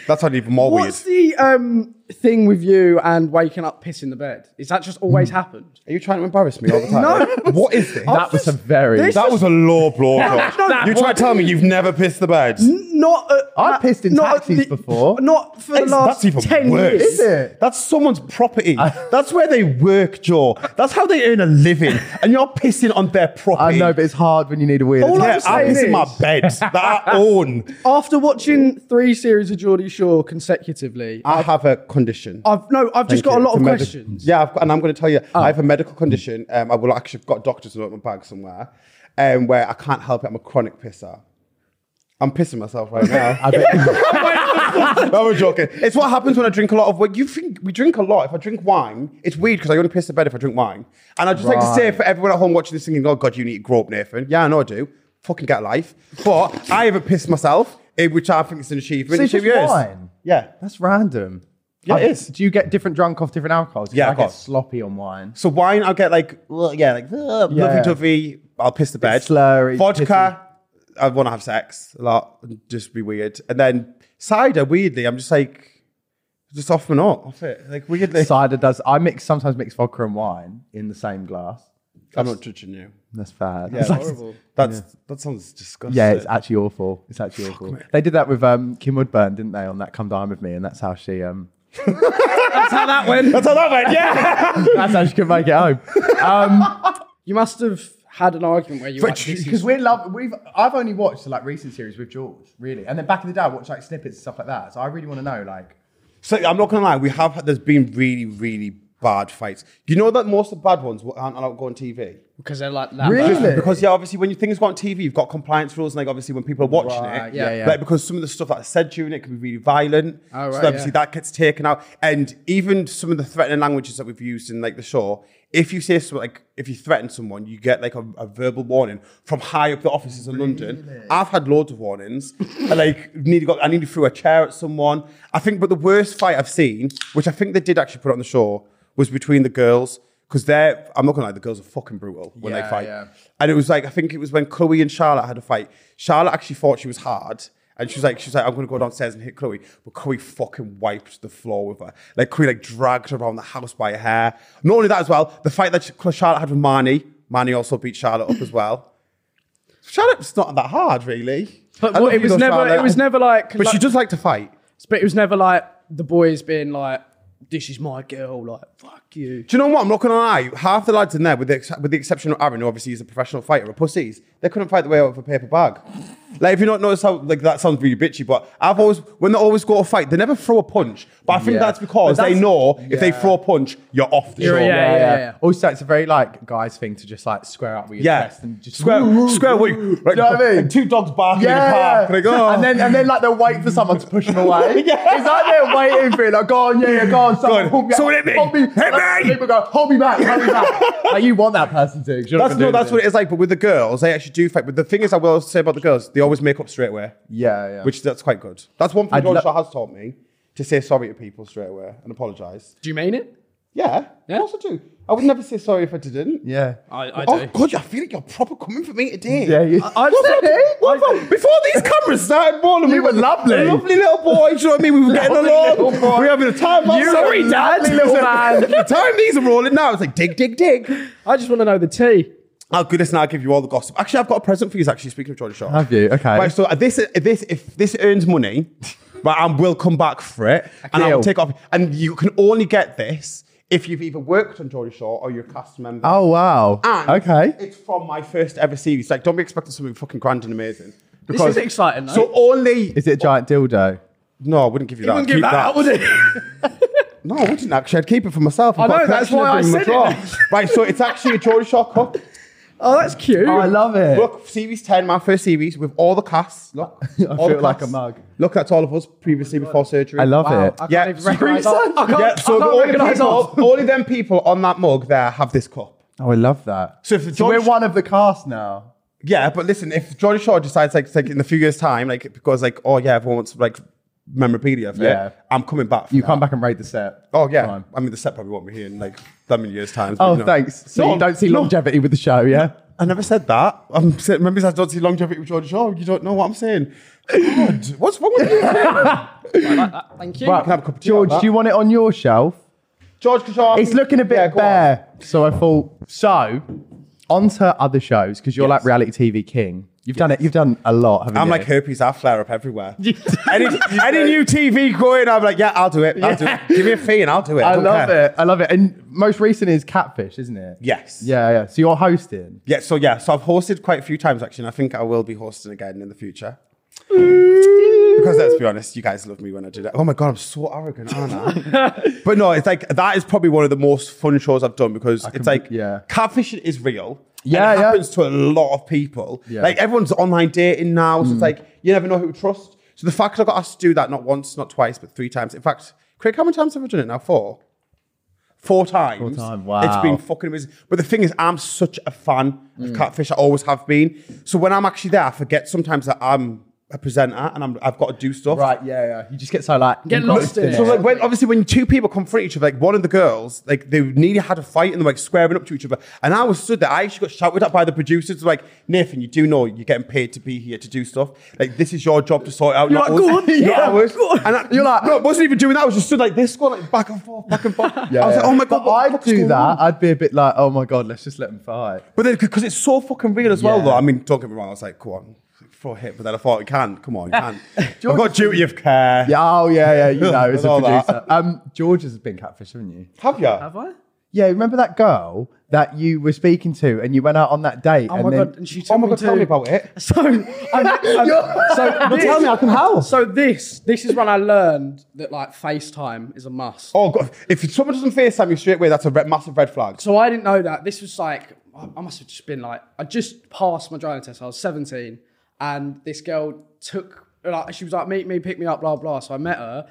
[SPEAKER 3] that's not even more weird.
[SPEAKER 2] What's the um, thing with you and waking up pissing the bed? Is that just always
[SPEAKER 1] Hmm.
[SPEAKER 2] happened?
[SPEAKER 3] Are you trying to embarrass me all the time?
[SPEAKER 2] No.
[SPEAKER 3] What is this?
[SPEAKER 1] That was a very.
[SPEAKER 2] This-
[SPEAKER 3] That was a low blow. Josh.
[SPEAKER 2] That
[SPEAKER 3] you try to tell me you've never pissed the bed.
[SPEAKER 2] Not. At,
[SPEAKER 1] I've pissed in
[SPEAKER 2] not at
[SPEAKER 1] taxis before.
[SPEAKER 2] Not for the
[SPEAKER 3] That's-
[SPEAKER 2] last
[SPEAKER 3] that's even
[SPEAKER 2] 10
[SPEAKER 3] worse.
[SPEAKER 2] years.
[SPEAKER 1] Is it?
[SPEAKER 3] That's someone's property. That's where they work, Joe. That's how they earn a living. And you're pissing on their
[SPEAKER 1] I
[SPEAKER 3] property.
[SPEAKER 1] know, but it's hard when you need a weird.
[SPEAKER 2] All
[SPEAKER 3] yeah,
[SPEAKER 2] I'm saying
[SPEAKER 3] I'm pissing my
[SPEAKER 2] is-
[SPEAKER 3] bed that I own.
[SPEAKER 2] After watching three series of Geordie Shore consecutively,
[SPEAKER 3] I have a condition.
[SPEAKER 2] I've no, I've just got a lot of questions. Ah.
[SPEAKER 3] Yeah, I've got, and I'm going to tell you, I have a medical condition. Um, I will actually have got a doctor's note in my bag somewhere, um, where I can't help it. I'm a chronic pisser. I'm pissing myself right now. I no, we're joking. It's what happens when I drink a lot of. Well, you think we drink a lot. If I drink wine, it's weird because I only piss the bed if I drink wine. And I just like to say
[SPEAKER 1] Right.
[SPEAKER 3] for everyone at home watching this, thinking, "Oh God, you need to grow up, Nathan." Yeah, I know I do. Fucking get a life. But I haven't pissed myself, eh, which I think is an achievement.
[SPEAKER 1] So it's
[SPEAKER 3] in two
[SPEAKER 1] just
[SPEAKER 3] years.
[SPEAKER 1] wine?
[SPEAKER 3] Yeah.
[SPEAKER 1] That's random.
[SPEAKER 3] Yeah, it
[SPEAKER 1] I-
[SPEAKER 3] is.
[SPEAKER 1] Do you get different drunk off different alcohols? 'Cause
[SPEAKER 3] Yeah,
[SPEAKER 1] I
[SPEAKER 3] of
[SPEAKER 1] get
[SPEAKER 3] course.
[SPEAKER 1] sloppy on wine.
[SPEAKER 3] So wine, I'll get like, well, yeah, like uh,
[SPEAKER 1] Yeah.
[SPEAKER 3] lovey dovey. I'll piss the bed.
[SPEAKER 1] slurry,
[SPEAKER 3] Vodka. I want to have sex a lot, and just be weird. And then cider. Weirdly, I'm just like, just off and on, off it. Like weirdly,
[SPEAKER 1] Cider does. I mix sometimes mix vodka and wine in the same glass.
[SPEAKER 3] I'm not judging you.
[SPEAKER 1] That's bad.
[SPEAKER 3] Yeah,
[SPEAKER 1] It's like-
[SPEAKER 3] That's that sounds disgusting.
[SPEAKER 1] Yeah, it's actually awful. It's actually awful. They did that with um, Kim Woodburn, didn't they? On that Come Dine with Me, and that's how she um,
[SPEAKER 2] That's how that went.
[SPEAKER 3] that's how that went. Yeah,
[SPEAKER 1] that's how she could make it home.
[SPEAKER 2] You must have had an argument where you were like, this
[SPEAKER 1] Because
[SPEAKER 2] is
[SPEAKER 1] we love we've I've only watched like recent series with George really, and then back in the day I watched like snippets and stuff like that. So I really want to know like
[SPEAKER 3] So I'm not gonna lie, we have had- there's been really, really bad fights. You know that most of the bad ones aren't allowed to go on TV.
[SPEAKER 4] because they're like that
[SPEAKER 2] Really?
[SPEAKER 4] bad.
[SPEAKER 3] Because yeah, obviously when you things go on TV, you've got compliance rules, and like obviously when people are watching
[SPEAKER 1] Right,
[SPEAKER 3] it,
[SPEAKER 1] yeah, yeah.
[SPEAKER 3] like because some of the stuff that I said during it can be really violent.
[SPEAKER 2] Oh,
[SPEAKER 3] so
[SPEAKER 2] right,
[SPEAKER 3] obviously
[SPEAKER 2] yeah.
[SPEAKER 3] that gets taken out, and even some of the threatening languages that we've used in like the show. If you say something like if you threaten someone, you get like a, a verbal warning from high up the offices in London. I've had loads of warnings. I like nearly got I nearly threw a chair at someone. I think, but the worst fight I've seen, which I think they did actually put on the show, was between the girls. Because they're, I'm not gonna lie, the girls are fucking brutal when
[SPEAKER 4] Yeah,
[SPEAKER 3] they fight.
[SPEAKER 4] yeah.
[SPEAKER 3] And it was like, I think it was when Chloe and Charlotte had a fight. Charlotte actually thought she was hard. And she was like, she's like, I'm gonna go downstairs and hit Chloe. But Chloe fucking wiped the floor with her. Like Chloe like dragged her around the house by her hair. Not only that as well, the fight that Ch- Charlotte had with Marnie, Marnie also beat Charlotte up as well. Charlotte's not that hard, really.
[SPEAKER 2] But
[SPEAKER 3] I
[SPEAKER 2] what-
[SPEAKER 3] love
[SPEAKER 2] it
[SPEAKER 3] you
[SPEAKER 2] was
[SPEAKER 3] though,
[SPEAKER 2] never.
[SPEAKER 3] Charlotte.
[SPEAKER 2] It was never like.
[SPEAKER 3] But she
[SPEAKER 2] like-
[SPEAKER 3] does like to fight.
[SPEAKER 2] But it was never like the boys being like, "This is my girl." Like, fuck you.
[SPEAKER 3] Do you know what? I'm not gonna lie. Half the lads in there, with the ex- with the exception of Aaron, who obviously is a professional fighter, are pussies. They couldn't fight the way out of a paper bag. Like if you don't notice how like that sounds really bitchy, but I've always when they always go to fight, they never throw a punch. But I think
[SPEAKER 1] Yeah.
[SPEAKER 3] that's because
[SPEAKER 1] But
[SPEAKER 3] they
[SPEAKER 1] that's-
[SPEAKER 3] know if they throw a punch, you're off the show.
[SPEAKER 2] You're- yeah, yeah, yeah.
[SPEAKER 1] Also, it's a very like guys thing to just like square up with your
[SPEAKER 3] Yeah.
[SPEAKER 1] chest and just
[SPEAKER 3] square,
[SPEAKER 1] Woo, woo,
[SPEAKER 3] square.
[SPEAKER 1] woo.
[SPEAKER 3] What you,
[SPEAKER 1] you
[SPEAKER 3] like,
[SPEAKER 1] know what I mean?
[SPEAKER 3] like two dogs barking in a
[SPEAKER 1] Yeah,
[SPEAKER 3] park. Like, oh.
[SPEAKER 1] and then and then like they'll wait for someone to push them away. It's like they're waiting for it. Like, go on, yeah, yeah, go on, someone
[SPEAKER 3] on,
[SPEAKER 1] pull me,
[SPEAKER 3] someone hit me.
[SPEAKER 1] hold
[SPEAKER 3] Hit
[SPEAKER 1] Like,
[SPEAKER 3] me.
[SPEAKER 1] People go, hold me back, hold me back. like you want that person to. 'cause you're not
[SPEAKER 3] that's
[SPEAKER 1] gonna do
[SPEAKER 3] no, that's what
[SPEAKER 1] anything.
[SPEAKER 3] it is like. But with the girls, they actually do fight. But the thing is, I will say about the girls, they always make up straight away.
[SPEAKER 1] Yeah, yeah.
[SPEAKER 3] which that's quite good. That's one thing
[SPEAKER 1] I'd
[SPEAKER 3] John
[SPEAKER 1] lo-
[SPEAKER 3] Shaw has taught me to say sorry to people straight away and apologise.
[SPEAKER 2] Do you mean it?
[SPEAKER 3] Yeah,
[SPEAKER 2] Yeah?
[SPEAKER 3] of course I do. I would never say sorry if I didn't.
[SPEAKER 1] yeah.
[SPEAKER 4] I, I
[SPEAKER 3] oh
[SPEAKER 4] do.
[SPEAKER 3] God, I feel like you're proper coming for me today.
[SPEAKER 1] Yeah, you-
[SPEAKER 3] I, What's up, what's up? Before these cameras started balling,
[SPEAKER 1] You were lovely.
[SPEAKER 3] a lovely little boy. Do you know what I mean? We were getting along.
[SPEAKER 1] little boy.
[SPEAKER 3] We were having a time.
[SPEAKER 1] You were a lovely little man.
[SPEAKER 3] the time these are rolling now, it's like dig, dig, dig.
[SPEAKER 2] I just want to know the tea.
[SPEAKER 3] Oh goodness, now I'll give you all the gossip. Actually, I've got a present for you. Actually, speaking of Jordan Shaw,
[SPEAKER 1] Have you? Okay.
[SPEAKER 3] Right, so this this if this earns money, right, I will come back for it, and I
[SPEAKER 1] Deal.
[SPEAKER 3] will take off. And you can only get this if you've either worked on Jordan Shaw or you're a cast member.
[SPEAKER 1] Oh wow.
[SPEAKER 3] And
[SPEAKER 1] okay.
[SPEAKER 3] It's from my first ever series. Like, don't be expecting something fucking grand and amazing.
[SPEAKER 2] is exciting, though.
[SPEAKER 3] So only
[SPEAKER 1] Is it a giant dildo?
[SPEAKER 3] no, I wouldn't give you that.
[SPEAKER 2] wouldn't
[SPEAKER 3] I'd
[SPEAKER 2] give
[SPEAKER 3] keep
[SPEAKER 2] that out, would it?
[SPEAKER 3] no, I wouldn't actually. I'd keep it for myself. I've
[SPEAKER 2] I
[SPEAKER 3] got a
[SPEAKER 2] know, that's
[SPEAKER 3] collection of
[SPEAKER 2] why I
[SPEAKER 3] them in
[SPEAKER 2] said
[SPEAKER 3] my
[SPEAKER 2] it.
[SPEAKER 3] drawer. right, so it's actually a Jordan Shaw cup.
[SPEAKER 2] Oh, that's cute.
[SPEAKER 1] I love it.
[SPEAKER 3] Look, series 10, my first series with all the casts. Look,
[SPEAKER 1] I
[SPEAKER 3] all
[SPEAKER 1] feel
[SPEAKER 3] the
[SPEAKER 1] like
[SPEAKER 3] casts.
[SPEAKER 1] a mug.
[SPEAKER 3] Look, that's all of us previously before surgery.
[SPEAKER 1] I love
[SPEAKER 2] Wow,
[SPEAKER 1] it.
[SPEAKER 2] Oh I can't
[SPEAKER 3] Yeah,
[SPEAKER 2] even recognise
[SPEAKER 1] Scream
[SPEAKER 2] that. I can't,
[SPEAKER 3] Yeah, so
[SPEAKER 2] I can't
[SPEAKER 3] the only,
[SPEAKER 2] recognise
[SPEAKER 3] people,
[SPEAKER 2] that.
[SPEAKER 3] only them people on that mug there have this cup.
[SPEAKER 1] Oh, I love that.
[SPEAKER 3] So if the
[SPEAKER 1] So we're
[SPEAKER 3] George,
[SPEAKER 1] one of the cast now.
[SPEAKER 3] yeah, but listen, if George Shaw decides like, like in a few years' time, like because like oh yeah, everyone wants like memorabilia of
[SPEAKER 1] Yeah.
[SPEAKER 3] it, I'm coming back. For
[SPEAKER 1] You
[SPEAKER 3] that.
[SPEAKER 1] come back and raid the set.
[SPEAKER 3] Oh yeah,
[SPEAKER 1] Fine.
[SPEAKER 3] I mean the set probably won't be here in like that many years' time. but,
[SPEAKER 1] Oh,
[SPEAKER 3] you know.
[SPEAKER 1] thanks. So
[SPEAKER 3] No,
[SPEAKER 1] you don't see
[SPEAKER 3] no.
[SPEAKER 1] longevity with the show, yeah?
[SPEAKER 3] I never said that. I'm saying, remember I don't see longevity with George Shaw. You don't know what I'm saying. God, what's wrong with you?
[SPEAKER 4] Thank you.
[SPEAKER 1] Right,
[SPEAKER 3] have a cup of tea
[SPEAKER 1] George,
[SPEAKER 3] like that.
[SPEAKER 1] do you want it on your shelf?
[SPEAKER 3] George Shaw.
[SPEAKER 1] It's looking a bit
[SPEAKER 3] Yeah, go on.
[SPEAKER 1] bare. So I thought, so on to other shows, because you're like reality TV king. You've done it, you've done a lot, haven't
[SPEAKER 3] I'm
[SPEAKER 1] you?
[SPEAKER 3] like herpes. I flare up everywhere. any, any new TV going, I'm like, yeah, I'll do it. I'll do it. Give me a fee and I'll do it.
[SPEAKER 1] I
[SPEAKER 3] don't
[SPEAKER 1] love
[SPEAKER 3] care.
[SPEAKER 1] it. I love it. And most recent is Catfish, isn't it?
[SPEAKER 3] Yes.
[SPEAKER 1] Yeah, yeah. So you're hosting.
[SPEAKER 3] Yeah. So yeah. So I've hosted quite a few times actually, and I think I will be hosting again in the future. Because let's be honest, you guys love me when I do that. Oh my god, I'm so arrogant, aren't I? but no, it's like that is probably one of the most fun shows I've done because it's like
[SPEAKER 1] yeah.
[SPEAKER 3] catfishing is real. and
[SPEAKER 1] Yeah,
[SPEAKER 3] it
[SPEAKER 1] yeah.
[SPEAKER 3] happens to a lot of people.
[SPEAKER 1] Yeah. Mm.
[SPEAKER 3] Like everyone's online dating now, so it's like you never know who to trust. So the fact I got asked to do that not once, not twice, but three times. In fact, Craig, how many times have I done it now? Four. Four times. Four
[SPEAKER 1] times,
[SPEAKER 3] It's
[SPEAKER 1] wow.
[SPEAKER 3] been fucking amazing. But the thing is, I'm such a fan of Catfish. I always have been. So when I'm actually there, I forget sometimes that I'm a presenter and I'm, I've got to do stuff.
[SPEAKER 1] Right, yeah, yeah. You just get so like
[SPEAKER 2] Get lost in it.
[SPEAKER 3] So like when obviously when two people confront each other, like one of the girls, like they nearly had a fight and they were like squaring up to each other. And I was stood there. I actually got shouted at by the producers, like Nathan, you do know you're getting paid to be here to do stuff. Like this is your job to sort out. not
[SPEAKER 2] like, go
[SPEAKER 3] us.
[SPEAKER 2] on,
[SPEAKER 3] not
[SPEAKER 2] yeah,
[SPEAKER 3] ours.
[SPEAKER 2] go on.
[SPEAKER 3] And I,
[SPEAKER 1] You're like-
[SPEAKER 3] no, I wasn't even doing that. I was just stood like this, going like back and forth, back and forth. I was like, oh my god,
[SPEAKER 1] But
[SPEAKER 3] what the
[SPEAKER 1] I'd
[SPEAKER 3] fuck's
[SPEAKER 1] do
[SPEAKER 3] going
[SPEAKER 1] that.
[SPEAKER 3] on?
[SPEAKER 1] I'd be a bit like, oh my god, let's just let them fight.
[SPEAKER 3] But then, because it's so fucking real as well,
[SPEAKER 1] Yeah.
[SPEAKER 3] though. I mean, don't get me wrong. I was like, come on, throw a hit. But then I thought, you can. Come on, you can. I've got duty of care.
[SPEAKER 1] Yeah, oh yeah, yeah. You know, as
[SPEAKER 3] And
[SPEAKER 1] a
[SPEAKER 3] all that.
[SPEAKER 1] producer, um, George has been catfish, haven't you?
[SPEAKER 3] Have you?
[SPEAKER 2] Have I?
[SPEAKER 1] yeah, remember that girl that you were speaking to and you went out on that date?
[SPEAKER 2] Oh
[SPEAKER 1] and
[SPEAKER 2] my
[SPEAKER 1] then,
[SPEAKER 2] god! And she told
[SPEAKER 3] Oh my
[SPEAKER 2] me
[SPEAKER 3] god,
[SPEAKER 2] to,
[SPEAKER 3] tell me about it.
[SPEAKER 2] So, I'm, I'm- so this,
[SPEAKER 3] Tell me, I can help.
[SPEAKER 2] So this, this is when I learned that like FaceTime is a must.
[SPEAKER 3] Oh god, if someone doesn't FaceTime you straight away, that's a red, massive red flag.
[SPEAKER 2] So I didn't know that. This was like, I I must have just been like, I just passed my driving test. I was 17. And this girl took, like, she was like, meet me, pick me up, blah, blah. So I met her.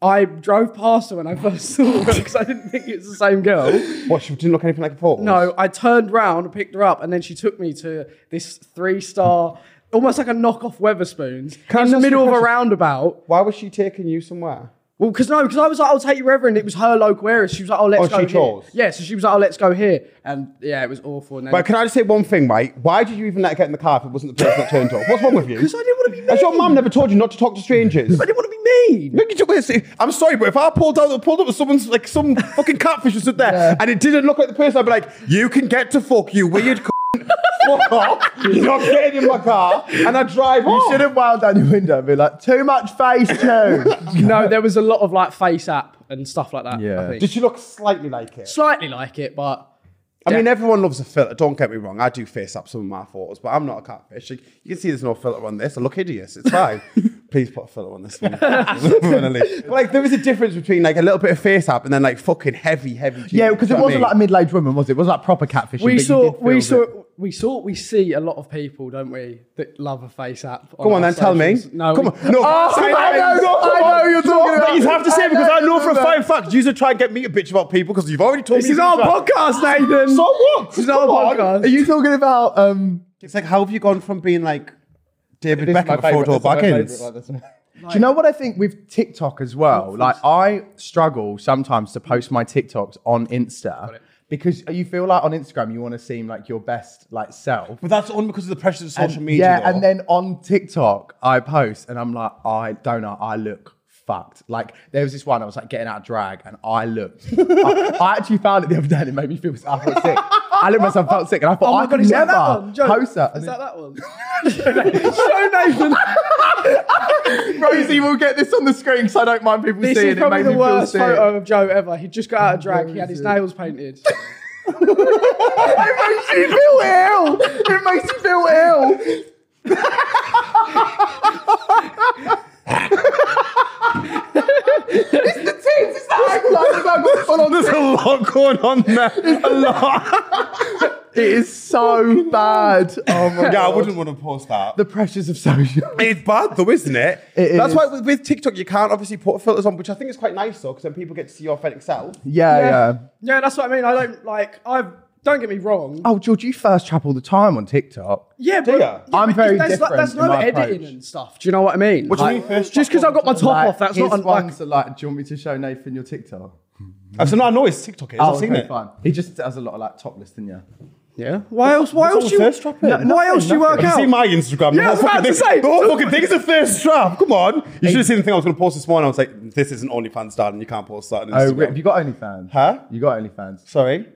[SPEAKER 2] I drove past her when I first saw her because I didn't think it was the same girl.
[SPEAKER 3] What? She didn't look anything like a photo.
[SPEAKER 2] No, I turned round and picked her up, and then she took me to this three star, almost like a knockoff Weatherspoons,
[SPEAKER 3] Can I
[SPEAKER 2] in the
[SPEAKER 3] ask you a
[SPEAKER 2] middle of a
[SPEAKER 3] question?
[SPEAKER 2] roundabout.
[SPEAKER 3] Why was she taking you somewhere?
[SPEAKER 2] Well, because no, because I was like, I'll take you wherever, and it was her local area. She was like, oh, let's
[SPEAKER 3] Oh,
[SPEAKER 2] go
[SPEAKER 3] she
[SPEAKER 2] here.
[SPEAKER 3] chose?
[SPEAKER 2] Yeah, so she was like, oh, let's go here, and yeah, it was awful. And then
[SPEAKER 3] Right, can I just say one thing, right? Why did you even let her get in the car if it wasn't the person that turned up? What's wrong with you?
[SPEAKER 2] Because I didn't want to be mean.
[SPEAKER 3] Has your mum never told you not to talk to strangers?
[SPEAKER 2] I didn't want to be mean.
[SPEAKER 3] Look, you took this- I'm sorry, but if I pulled out, pulled up with someone's like some fucking catfish was stood there, and it didn't look like the person, I'd be like, "You can get to fuck you weird." c-." Fuck off! You're not getting in my car, and I drive
[SPEAKER 1] You
[SPEAKER 2] Oh.
[SPEAKER 3] off.
[SPEAKER 1] should have wound down your window and be like, too much face too.
[SPEAKER 2] No, there was a lot of like face app and stuff like that.
[SPEAKER 1] Yeah.
[SPEAKER 2] I think.
[SPEAKER 3] Did she look slightly like it?
[SPEAKER 2] slightly like it, but
[SPEAKER 3] I mean, everyone loves a filter. Don't get me wrong. I do face up some of my photos, but I'm not a catfish. Like, you can see there's no filter on this. I look hideous. It's fine. Please put a filter on this one. Definitely. But like, there is a difference between like a little bit of face up and then like fucking heavy, heavy.
[SPEAKER 1] yeah, because
[SPEAKER 3] Do
[SPEAKER 1] it
[SPEAKER 3] you know what I
[SPEAKER 1] wasn't
[SPEAKER 3] mean?
[SPEAKER 1] like a middle-aged woman, was it? It wasn't like proper catfishing. but
[SPEAKER 2] we
[SPEAKER 1] you
[SPEAKER 2] saw,
[SPEAKER 1] did
[SPEAKER 2] we
[SPEAKER 1] feel
[SPEAKER 2] saw,
[SPEAKER 1] that-
[SPEAKER 2] we saw, we see a lot of people, don't we, that love a face app.
[SPEAKER 3] Come on,
[SPEAKER 2] our
[SPEAKER 3] then tell me.
[SPEAKER 2] socials. No,
[SPEAKER 3] come
[SPEAKER 2] we-
[SPEAKER 3] on. No,
[SPEAKER 1] Oh, I
[SPEAKER 3] say that.
[SPEAKER 1] know,
[SPEAKER 3] No,
[SPEAKER 1] I
[SPEAKER 3] come
[SPEAKER 1] know
[SPEAKER 3] on.
[SPEAKER 1] you're talking
[SPEAKER 3] No,
[SPEAKER 1] about.
[SPEAKER 3] But you have to say
[SPEAKER 1] I
[SPEAKER 3] it because
[SPEAKER 1] know
[SPEAKER 3] I know for a
[SPEAKER 1] you're
[SPEAKER 3] fine fact you try and get me to bitch about people because you've already told
[SPEAKER 2] This
[SPEAKER 3] me.
[SPEAKER 2] is
[SPEAKER 3] you
[SPEAKER 2] our
[SPEAKER 3] did that.
[SPEAKER 2] podcast, Nathan.
[SPEAKER 3] So what?
[SPEAKER 2] This is our
[SPEAKER 3] Come on.
[SPEAKER 2] podcast.
[SPEAKER 1] Are you talking about um?
[SPEAKER 3] It's like how have you gone from being like David
[SPEAKER 1] This is my
[SPEAKER 3] Beckham
[SPEAKER 1] favourite-
[SPEAKER 3] photo
[SPEAKER 1] this is my
[SPEAKER 3] Baggins?
[SPEAKER 1] favourite, Do you know what I think with TikTok as well? Like I struggle sometimes to post my TikToks on Insta because you feel like on Instagram you want to seem like your best like self.
[SPEAKER 3] But that's on because of the pressures of social
[SPEAKER 1] And-
[SPEAKER 3] media.
[SPEAKER 1] Yeah,
[SPEAKER 3] though.
[SPEAKER 1] and then on TikTok, I post and I'm like, I don't know, I look fucked. Like there was this one I was like getting out of drag and I looked. I, I actually found it the other day and it made me feel I felt sick. I looked at myself, felt sick, and I thought
[SPEAKER 2] Oh my
[SPEAKER 1] I
[SPEAKER 2] god,
[SPEAKER 1] could
[SPEAKER 2] is
[SPEAKER 1] never
[SPEAKER 2] that that one? Joe,
[SPEAKER 1] post that.
[SPEAKER 2] Is
[SPEAKER 1] And
[SPEAKER 2] that that one? Show Nathan.
[SPEAKER 1] then- Rosie will get this on the screen because I don't mind people
[SPEAKER 2] This
[SPEAKER 1] seeing
[SPEAKER 2] is
[SPEAKER 1] it. it.
[SPEAKER 2] probably
[SPEAKER 1] Made
[SPEAKER 2] the
[SPEAKER 1] me feel
[SPEAKER 2] worst
[SPEAKER 1] sick.
[SPEAKER 2] photo of Joe ever. He just got out of drag.
[SPEAKER 1] Where
[SPEAKER 2] He had his
[SPEAKER 1] is it?
[SPEAKER 2] nails painted.
[SPEAKER 1] It makes you feel ill. It makes you feel ill. it's the tits. It's the hang line. It's like what's going on.
[SPEAKER 3] There's a lot going on there. A lot.
[SPEAKER 1] It is so bad. Oh my
[SPEAKER 3] yeah, I
[SPEAKER 1] god.
[SPEAKER 3] wouldn't want to post that.
[SPEAKER 1] The pressures of social.
[SPEAKER 3] it's bad though, isn't it?
[SPEAKER 1] It
[SPEAKER 3] That's
[SPEAKER 1] is.
[SPEAKER 3] why with, with TikTok you can't obviously put filters on, which I think is quite nice though, because then people get to see your authentic self.
[SPEAKER 1] Yeah, yeah.
[SPEAKER 2] Yeah, that's what I mean. I don't like. I don't get me wrong.
[SPEAKER 1] Oh, George, you first trap all the time on TikTok.
[SPEAKER 2] Yeah, but
[SPEAKER 3] ya?
[SPEAKER 2] yeah,
[SPEAKER 1] I'm
[SPEAKER 2] but
[SPEAKER 1] very
[SPEAKER 2] that's
[SPEAKER 1] different
[SPEAKER 2] Like, that's
[SPEAKER 1] in
[SPEAKER 2] no
[SPEAKER 1] my
[SPEAKER 2] editing
[SPEAKER 1] approach.
[SPEAKER 2] and stuff. Do you know what I mean?
[SPEAKER 3] What do you mean first
[SPEAKER 2] Just because I
[SPEAKER 3] chop
[SPEAKER 2] got my top
[SPEAKER 1] Like,
[SPEAKER 2] off, that's not
[SPEAKER 1] his
[SPEAKER 2] un- like,
[SPEAKER 1] ones are like. Do you want me to show Nathan your TikTok?
[SPEAKER 3] I said, no, Uh, I know it's TikTok. Is. I've
[SPEAKER 1] Oh,
[SPEAKER 3] seen
[SPEAKER 1] okay,
[SPEAKER 3] it.
[SPEAKER 1] fine. He Oh, just does a lot of like topless, didn't you?
[SPEAKER 2] yeah. Why else? Why
[SPEAKER 3] What's
[SPEAKER 2] else
[SPEAKER 3] all
[SPEAKER 2] do you?
[SPEAKER 3] thirst trapping?
[SPEAKER 2] No, why else do you work
[SPEAKER 3] You
[SPEAKER 2] out?
[SPEAKER 3] see my Instagram.
[SPEAKER 2] Yeah, I
[SPEAKER 3] the
[SPEAKER 2] was
[SPEAKER 3] whole
[SPEAKER 2] about
[SPEAKER 3] fucking
[SPEAKER 2] to say.
[SPEAKER 3] thing, the whole fucking thing is a first trap. Come on. You should have seen the thing I was going to post this morning. I was like, this isn't OnlyFans, Dad, and you can't post that on
[SPEAKER 1] Oh,
[SPEAKER 3] Instagram.
[SPEAKER 1] Rip, you got OnlyFans?
[SPEAKER 3] Huh?
[SPEAKER 1] You got OnlyFans?
[SPEAKER 3] Sorry.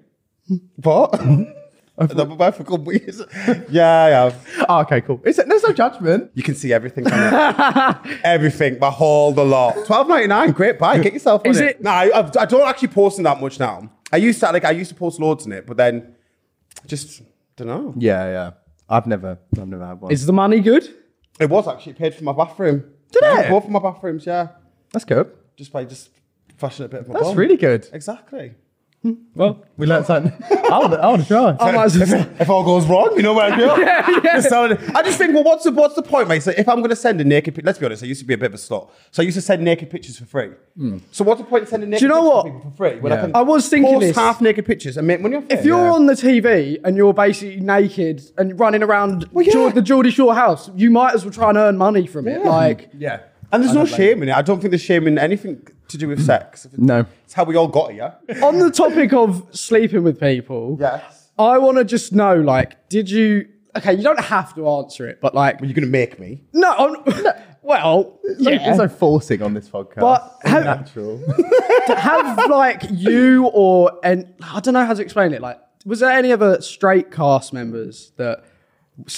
[SPEAKER 3] What? I've been for a couple weeks. Yeah, I have.
[SPEAKER 1] Oh, okay, cool. It's, there's no judgment.
[SPEAKER 3] You can see everything. on it. everything, the whole, the lot. Twelve ninety nine. Great buy. Get yourself. On
[SPEAKER 2] Is
[SPEAKER 3] it?
[SPEAKER 2] it-
[SPEAKER 3] No, I, I've- I don't actually post in that much now. I used to like I used to post loads in it, but then just don't know.
[SPEAKER 1] Yeah, yeah. I've never, I've never had one.
[SPEAKER 2] Is the money good?
[SPEAKER 3] It was actually it paid for my bathroom.
[SPEAKER 1] Did it?
[SPEAKER 3] Both of my bathrooms. Yeah,
[SPEAKER 1] That's good.
[SPEAKER 3] just by just flashing a bit of my.
[SPEAKER 1] That's
[SPEAKER 3] bum.
[SPEAKER 1] really good.
[SPEAKER 3] Exactly.
[SPEAKER 2] Well,
[SPEAKER 1] We learned something. Oh, I want, I want to try.
[SPEAKER 2] I might as well-
[SPEAKER 3] If all goes wrong, you know where I go. Just sound- I just think, well, what's the what's the point, mate? So if I'm going to send a naked, pic- let's be honest, I used to be a bit of a slut, so I used to send naked pictures for free. So what's the point in sending naked
[SPEAKER 2] you know
[SPEAKER 3] pictures
[SPEAKER 2] what?
[SPEAKER 3] for people for free when
[SPEAKER 1] Yeah.
[SPEAKER 3] I can
[SPEAKER 2] I was thinking
[SPEAKER 3] post
[SPEAKER 2] this.
[SPEAKER 3] half naked pictures and make money off
[SPEAKER 2] If
[SPEAKER 3] it?
[SPEAKER 2] you're
[SPEAKER 1] Yeah.
[SPEAKER 2] on the TV and you're basically naked and running around
[SPEAKER 3] yeah.
[SPEAKER 2] Geor- the Geordie Shore house, you might as well try and earn money from it.
[SPEAKER 3] Yeah.
[SPEAKER 2] Like,
[SPEAKER 1] yeah.
[SPEAKER 3] and there's
[SPEAKER 1] I
[SPEAKER 3] no
[SPEAKER 1] don't blame
[SPEAKER 3] shame in it. I don't think there's shame in anything to do with sex.
[SPEAKER 1] No.
[SPEAKER 3] it's how we all got here.
[SPEAKER 2] on the topic of sleeping with people,
[SPEAKER 3] Yes.
[SPEAKER 2] I want to just know, like, did you? Okay, you don't have to answer it, but like,
[SPEAKER 3] Well, you're going to make me.
[SPEAKER 2] no, I'm, well,
[SPEAKER 1] Like,
[SPEAKER 2] yeah.
[SPEAKER 1] There's no forcing on this podcast.
[SPEAKER 2] But
[SPEAKER 1] It's
[SPEAKER 2] have-
[SPEAKER 1] natural.
[SPEAKER 2] have like you or and I don't know how to explain it. Like, was there any other straight cast members that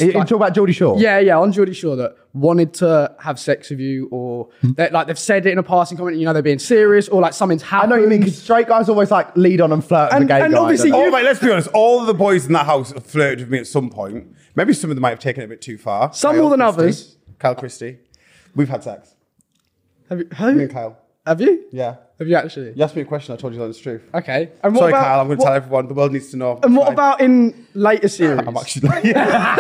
[SPEAKER 1] You, you talk about Geordie Shore.
[SPEAKER 2] Yeah, yeah, on Geordie Shore that wanted to have sex with you, or
[SPEAKER 3] Hmm.
[SPEAKER 2] that like they've said it in a passing comment, and you know they're being serious, or like something's
[SPEAKER 1] I
[SPEAKER 2] happened.
[SPEAKER 1] know what you mean because straight guys always like lead on and flirt with
[SPEAKER 2] And-
[SPEAKER 1] the gay
[SPEAKER 2] and
[SPEAKER 1] guy,
[SPEAKER 2] obviously
[SPEAKER 1] don't
[SPEAKER 2] you-
[SPEAKER 1] they?
[SPEAKER 3] Oh, mate, let's be honest. All of the boys in that house have flirted with me at some point. Maybe some of them might have taken it a bit too far.
[SPEAKER 2] Some more than
[SPEAKER 3] Christie.
[SPEAKER 2] others.
[SPEAKER 3] Kyle Christie. We've had sex.
[SPEAKER 2] Have you? Have
[SPEAKER 3] Me and
[SPEAKER 2] you?
[SPEAKER 3] Kyle.
[SPEAKER 2] Have you?
[SPEAKER 3] Yeah.
[SPEAKER 2] Have you actually?
[SPEAKER 3] You asked me a question. I told you that it's true.
[SPEAKER 2] Okay. And what
[SPEAKER 3] Sorry,
[SPEAKER 2] about,
[SPEAKER 3] Kyle. I'm going to
[SPEAKER 2] what-
[SPEAKER 3] tell everyone. The world needs to know.
[SPEAKER 2] And what
[SPEAKER 3] Fine.
[SPEAKER 2] about in later series?
[SPEAKER 3] I'm actually. Yeah.